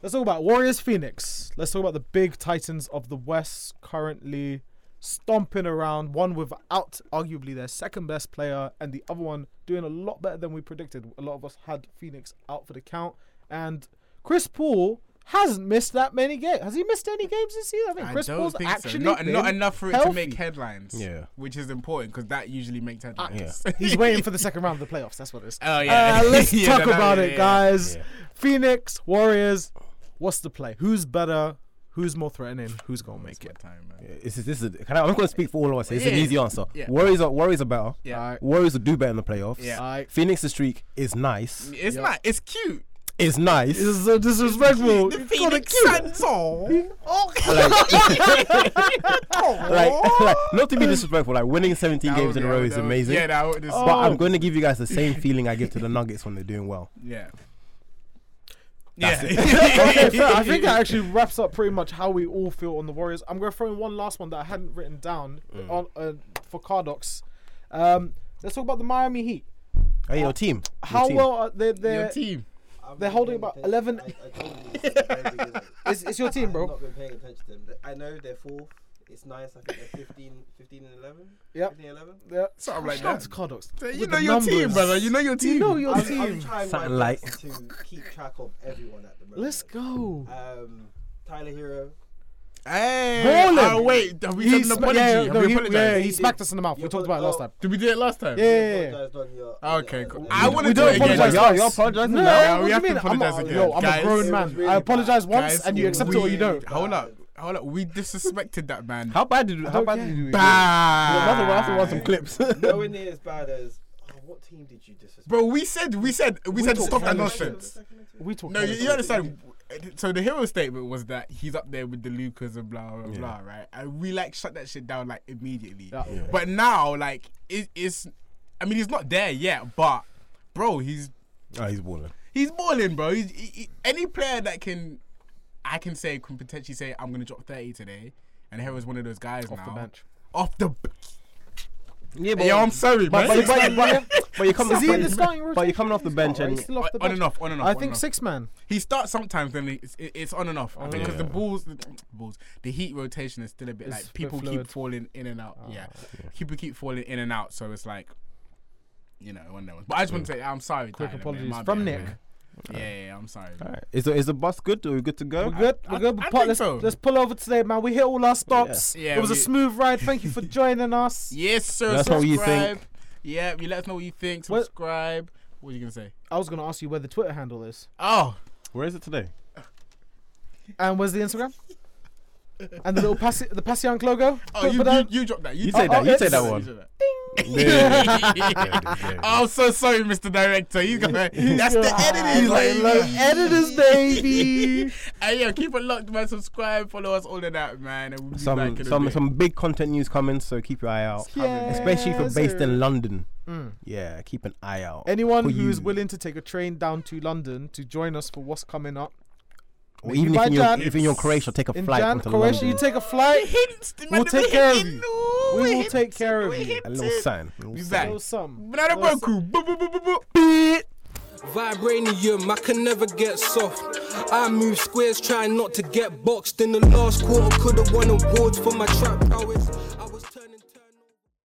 S4: let's talk about Warriors Phoenix. Let's talk about the big Titans of the West currently stomping around. One without arguably their second best player, and the other one doing a lot better than we predicted. A lot of us had Phoenix out for the count, and Chris Paul. Hasn't missed that many games. Has he missed any games this season? I think
S2: I
S4: Chris
S2: don't
S4: Paul's
S2: think so.
S4: actually
S2: Not, not
S4: been
S2: enough for it to
S4: healthy. Ah,
S2: make headlines.
S3: Yeah.
S2: which is important because that usually makes headlines.
S4: He's waiting for the second round of the playoffs. That's what it is.
S2: Oh, yeah.
S4: Uh, let's
S2: Yeah,
S4: talk
S2: no, no,
S4: about
S2: yeah,
S4: it,
S2: yeah.
S4: guys.
S3: Yeah.
S4: Phoenix Warriors. What's the play? Who's better? Who's more threatening? Who's gonna make it?
S2: Time, man.
S3: this is this is. Can I, I'm going to speak for all of us. here. It's an
S2: Yeah.
S3: easy answer.
S2: Yeah.
S3: Worries are worries are better.
S2: Yeah.
S4: Alright.
S3: Warriors will do better in the playoffs.
S2: Yeah.
S4: Alright.
S3: Phoenix's streak is nice.
S2: It's not. It's cute.
S3: It's nice.
S4: This is so disrespectful.
S2: The
S4: It's kinda
S2: Phoenix
S4: cute.
S2: Suns. Oh,
S3: like, like, not to be disrespectful, like winning 17
S2: That
S3: games
S2: would
S3: in a
S2: be-
S3: row
S2: that
S3: is
S2: would-
S3: amazing.
S2: Yeah, that would. This,
S4: Oh.
S3: But I'm going to give you guys the same feeling I give to the Nuggets when they're doing well.
S2: Yeah.
S3: That's
S2: yeah.
S4: Okay, fair. I think that actually wraps up pretty much how we all feel on the Warriors. I'm going to throw in one last one that I hadn't written down
S2: Mm.
S4: on uh, for Cardox. Um, let's talk about the Miami Heat.
S3: Hey, your team. Your
S4: How
S3: team.
S4: well are they?
S2: Your
S4: They're,
S2: team.
S5: I've
S4: They're
S5: not
S4: holding
S5: been
S4: about
S5: paying-
S4: 11
S5: I, I told you this at the very beginning.
S4: it's, it's your team,
S5: I've
S4: bro.
S5: not been paying attention to them. I know they're fourth. It's nice. I think they're 15, 15 and 11.
S4: Yep.
S5: 15 11.
S4: They're,
S2: Something like
S4: Shout out
S2: that.
S4: to Cardox.
S2: You
S4: with
S2: know
S4: the
S2: your team,
S4: numbers.
S2: brother. You know your team.
S4: You know your
S5: I'm,
S4: team.
S5: I'm trying
S3: Something
S5: my
S3: like-
S5: best to keep track of everyone at the moment.
S4: Let's go.
S5: Um, Tyler Hero.
S2: Hey.
S4: Ballin'.
S2: Oh wait, have we
S4: He
S2: done an
S4: sma-
S2: apology?
S4: yeah,
S2: Have
S4: no,
S2: we
S4: he,
S2: apologized?
S4: yeah, he
S5: He
S4: smacked
S5: did.
S4: us in the mouth. We
S5: You
S4: talked about it last
S5: apo-
S4: time.
S2: Did we do it last time?
S4: Yeah, yeah, yeah.
S5: Apologised on your-
S2: Ah, Okay,
S5: on
S2: cool.
S5: your-
S2: I
S5: on
S2: wanna
S5: your-
S4: We don't
S2: do it again.
S4: apologize.
S2: Yeah,
S3: you're apologizing
S4: no,
S3: now.
S2: Yeah, we
S4: what do
S2: have
S4: you
S2: to
S4: mean? I'm,
S2: apologize
S4: a-
S2: again.
S4: yo, I'm
S2: Guys,
S4: a grown
S5: it was
S4: man.
S5: really
S4: I apologize
S5: bad.
S4: once
S2: Guys,
S4: and you accept it or
S2: we-
S4: you don't.
S2: Hold up, hold up. We disrespected that man.
S3: How bad did how
S4: don't
S3: bad
S4: care.
S3: did you?
S2: bad?
S3: Another one. I have to run some clips.
S5: Nowhere near as bad as. Oh, what team did you disrespect?
S2: Bro, we said, we said, we, said
S5: talked
S2: stop that
S5: Sacramento.
S2: nonsense.
S4: We talk.
S2: No, you, you understand. So the hero statement was that he's up there with the Lucas and blah blah blah, right? And we like shut that shit down like immediately.
S4: Yeah. Yeah.
S2: But now, like, it, it's, I mean, he's not there yet, but bro, he's
S3: oh, he's balling.
S2: he's balling, bro. He's, he, he- any player that can I can say can potentially say I'm gonna drop thirty today, and Hero's one of those guys
S4: off
S2: now.
S4: the bench.
S2: Off the. b-
S3: Yeah,
S2: Yo, I'm sorry,
S3: But, but,
S2: man.
S3: but, but, but you're coming.
S4: Is he in the
S3: But,
S4: starting
S3: but you're coming off the bench, and
S4: still off the
S2: on
S4: bench.
S2: and off, on and off.
S4: I
S2: on and
S4: think
S2: off.
S4: six man.
S2: He starts sometimes, then it's, it- it's on and off. I think because the
S3: Yeah.
S2: balls, the balls, the heat rotation is still a bit
S4: It's a
S2: like
S4: bit
S2: people keep
S4: fluid. Ah,
S2: falling in and out. yeah, people keep falling in and out. So it's like, you know, one of those. But I just want to say, I'm sorry.
S4: Quick
S2: Tyler, man.
S4: apologies
S2: My bad,
S4: from Nick.
S2: man. Yeah, yeah, yeah, I'm sorry. man.
S3: Alright. Is the is the bus good? Are we good to go?
S4: We're good.
S2: I-
S4: We're good.
S2: I
S4: But
S2: think
S4: let's,
S2: so.
S4: let's pull over today, man. We hit all our stops.
S2: Yeah. Yeah,
S4: it was a
S2: we-
S4: smooth ride. Thank you for joining us.
S2: Yes, sir.
S3: That's what
S2: subscribe.
S3: you think.
S2: Yeah, you let us know what you think.
S4: What-
S2: Subscribe. What are you gonna say?
S4: I was gonna ask you where the Twitter handle is
S2: Oh,
S3: Where is it today?
S4: and where's the Instagram and the little Pasi- the Pasiank logo.
S2: oh,
S4: But-
S2: you,
S4: but, uh,
S2: you, you dropped that. You,
S3: You
S2: dropped
S3: say that. You say
S4: it's-
S3: that
S2: that.
S3: one.
S2: You
S3: Yeah.
S2: dropped that. I'm so sorry, Mr. Director. You got that's the editing. lady.
S4: editors, baby.
S2: Hey, yo, keep it locked, man. Subscribe, follow us, all of that, man. And we'll be back
S3: Some
S2: in a
S3: some
S2: bit.
S3: some big content news coming, so keep your eye out.
S4: Yeah,
S3: Especially if you're based
S4: sir.
S3: in London.
S4: Mm.
S3: Yeah, keep an eye out.
S4: Anyone
S3: For
S4: who is
S3: you.
S4: willing to take a train down to London to join us for what's coming up
S3: Or even if
S4: By
S3: you're
S4: Jan-
S3: if you're in Croatia, take a
S4: in
S3: flight
S4: Jan,
S3: onto
S4: Croatia, you
S3: London.
S4: take a flight.
S2: hints, man,
S4: We'll
S2: we
S4: take care of
S2: hinting,
S4: you.
S2: no,
S4: We
S2: we
S4: will
S2: hinting,
S4: take care of
S2: we
S4: you.
S2: hinting.
S3: a little sign. a little
S2: Be
S3: sign.
S2: back.
S4: Know some.
S2: Banana
S4: Know some.
S2: Boku. Boop, boop, boop, boop, boop.
S1: Vibranium, I can never get soft. I move squares, trying not to get boxed. In the last quarter, could've won awards for my trap prowess. I-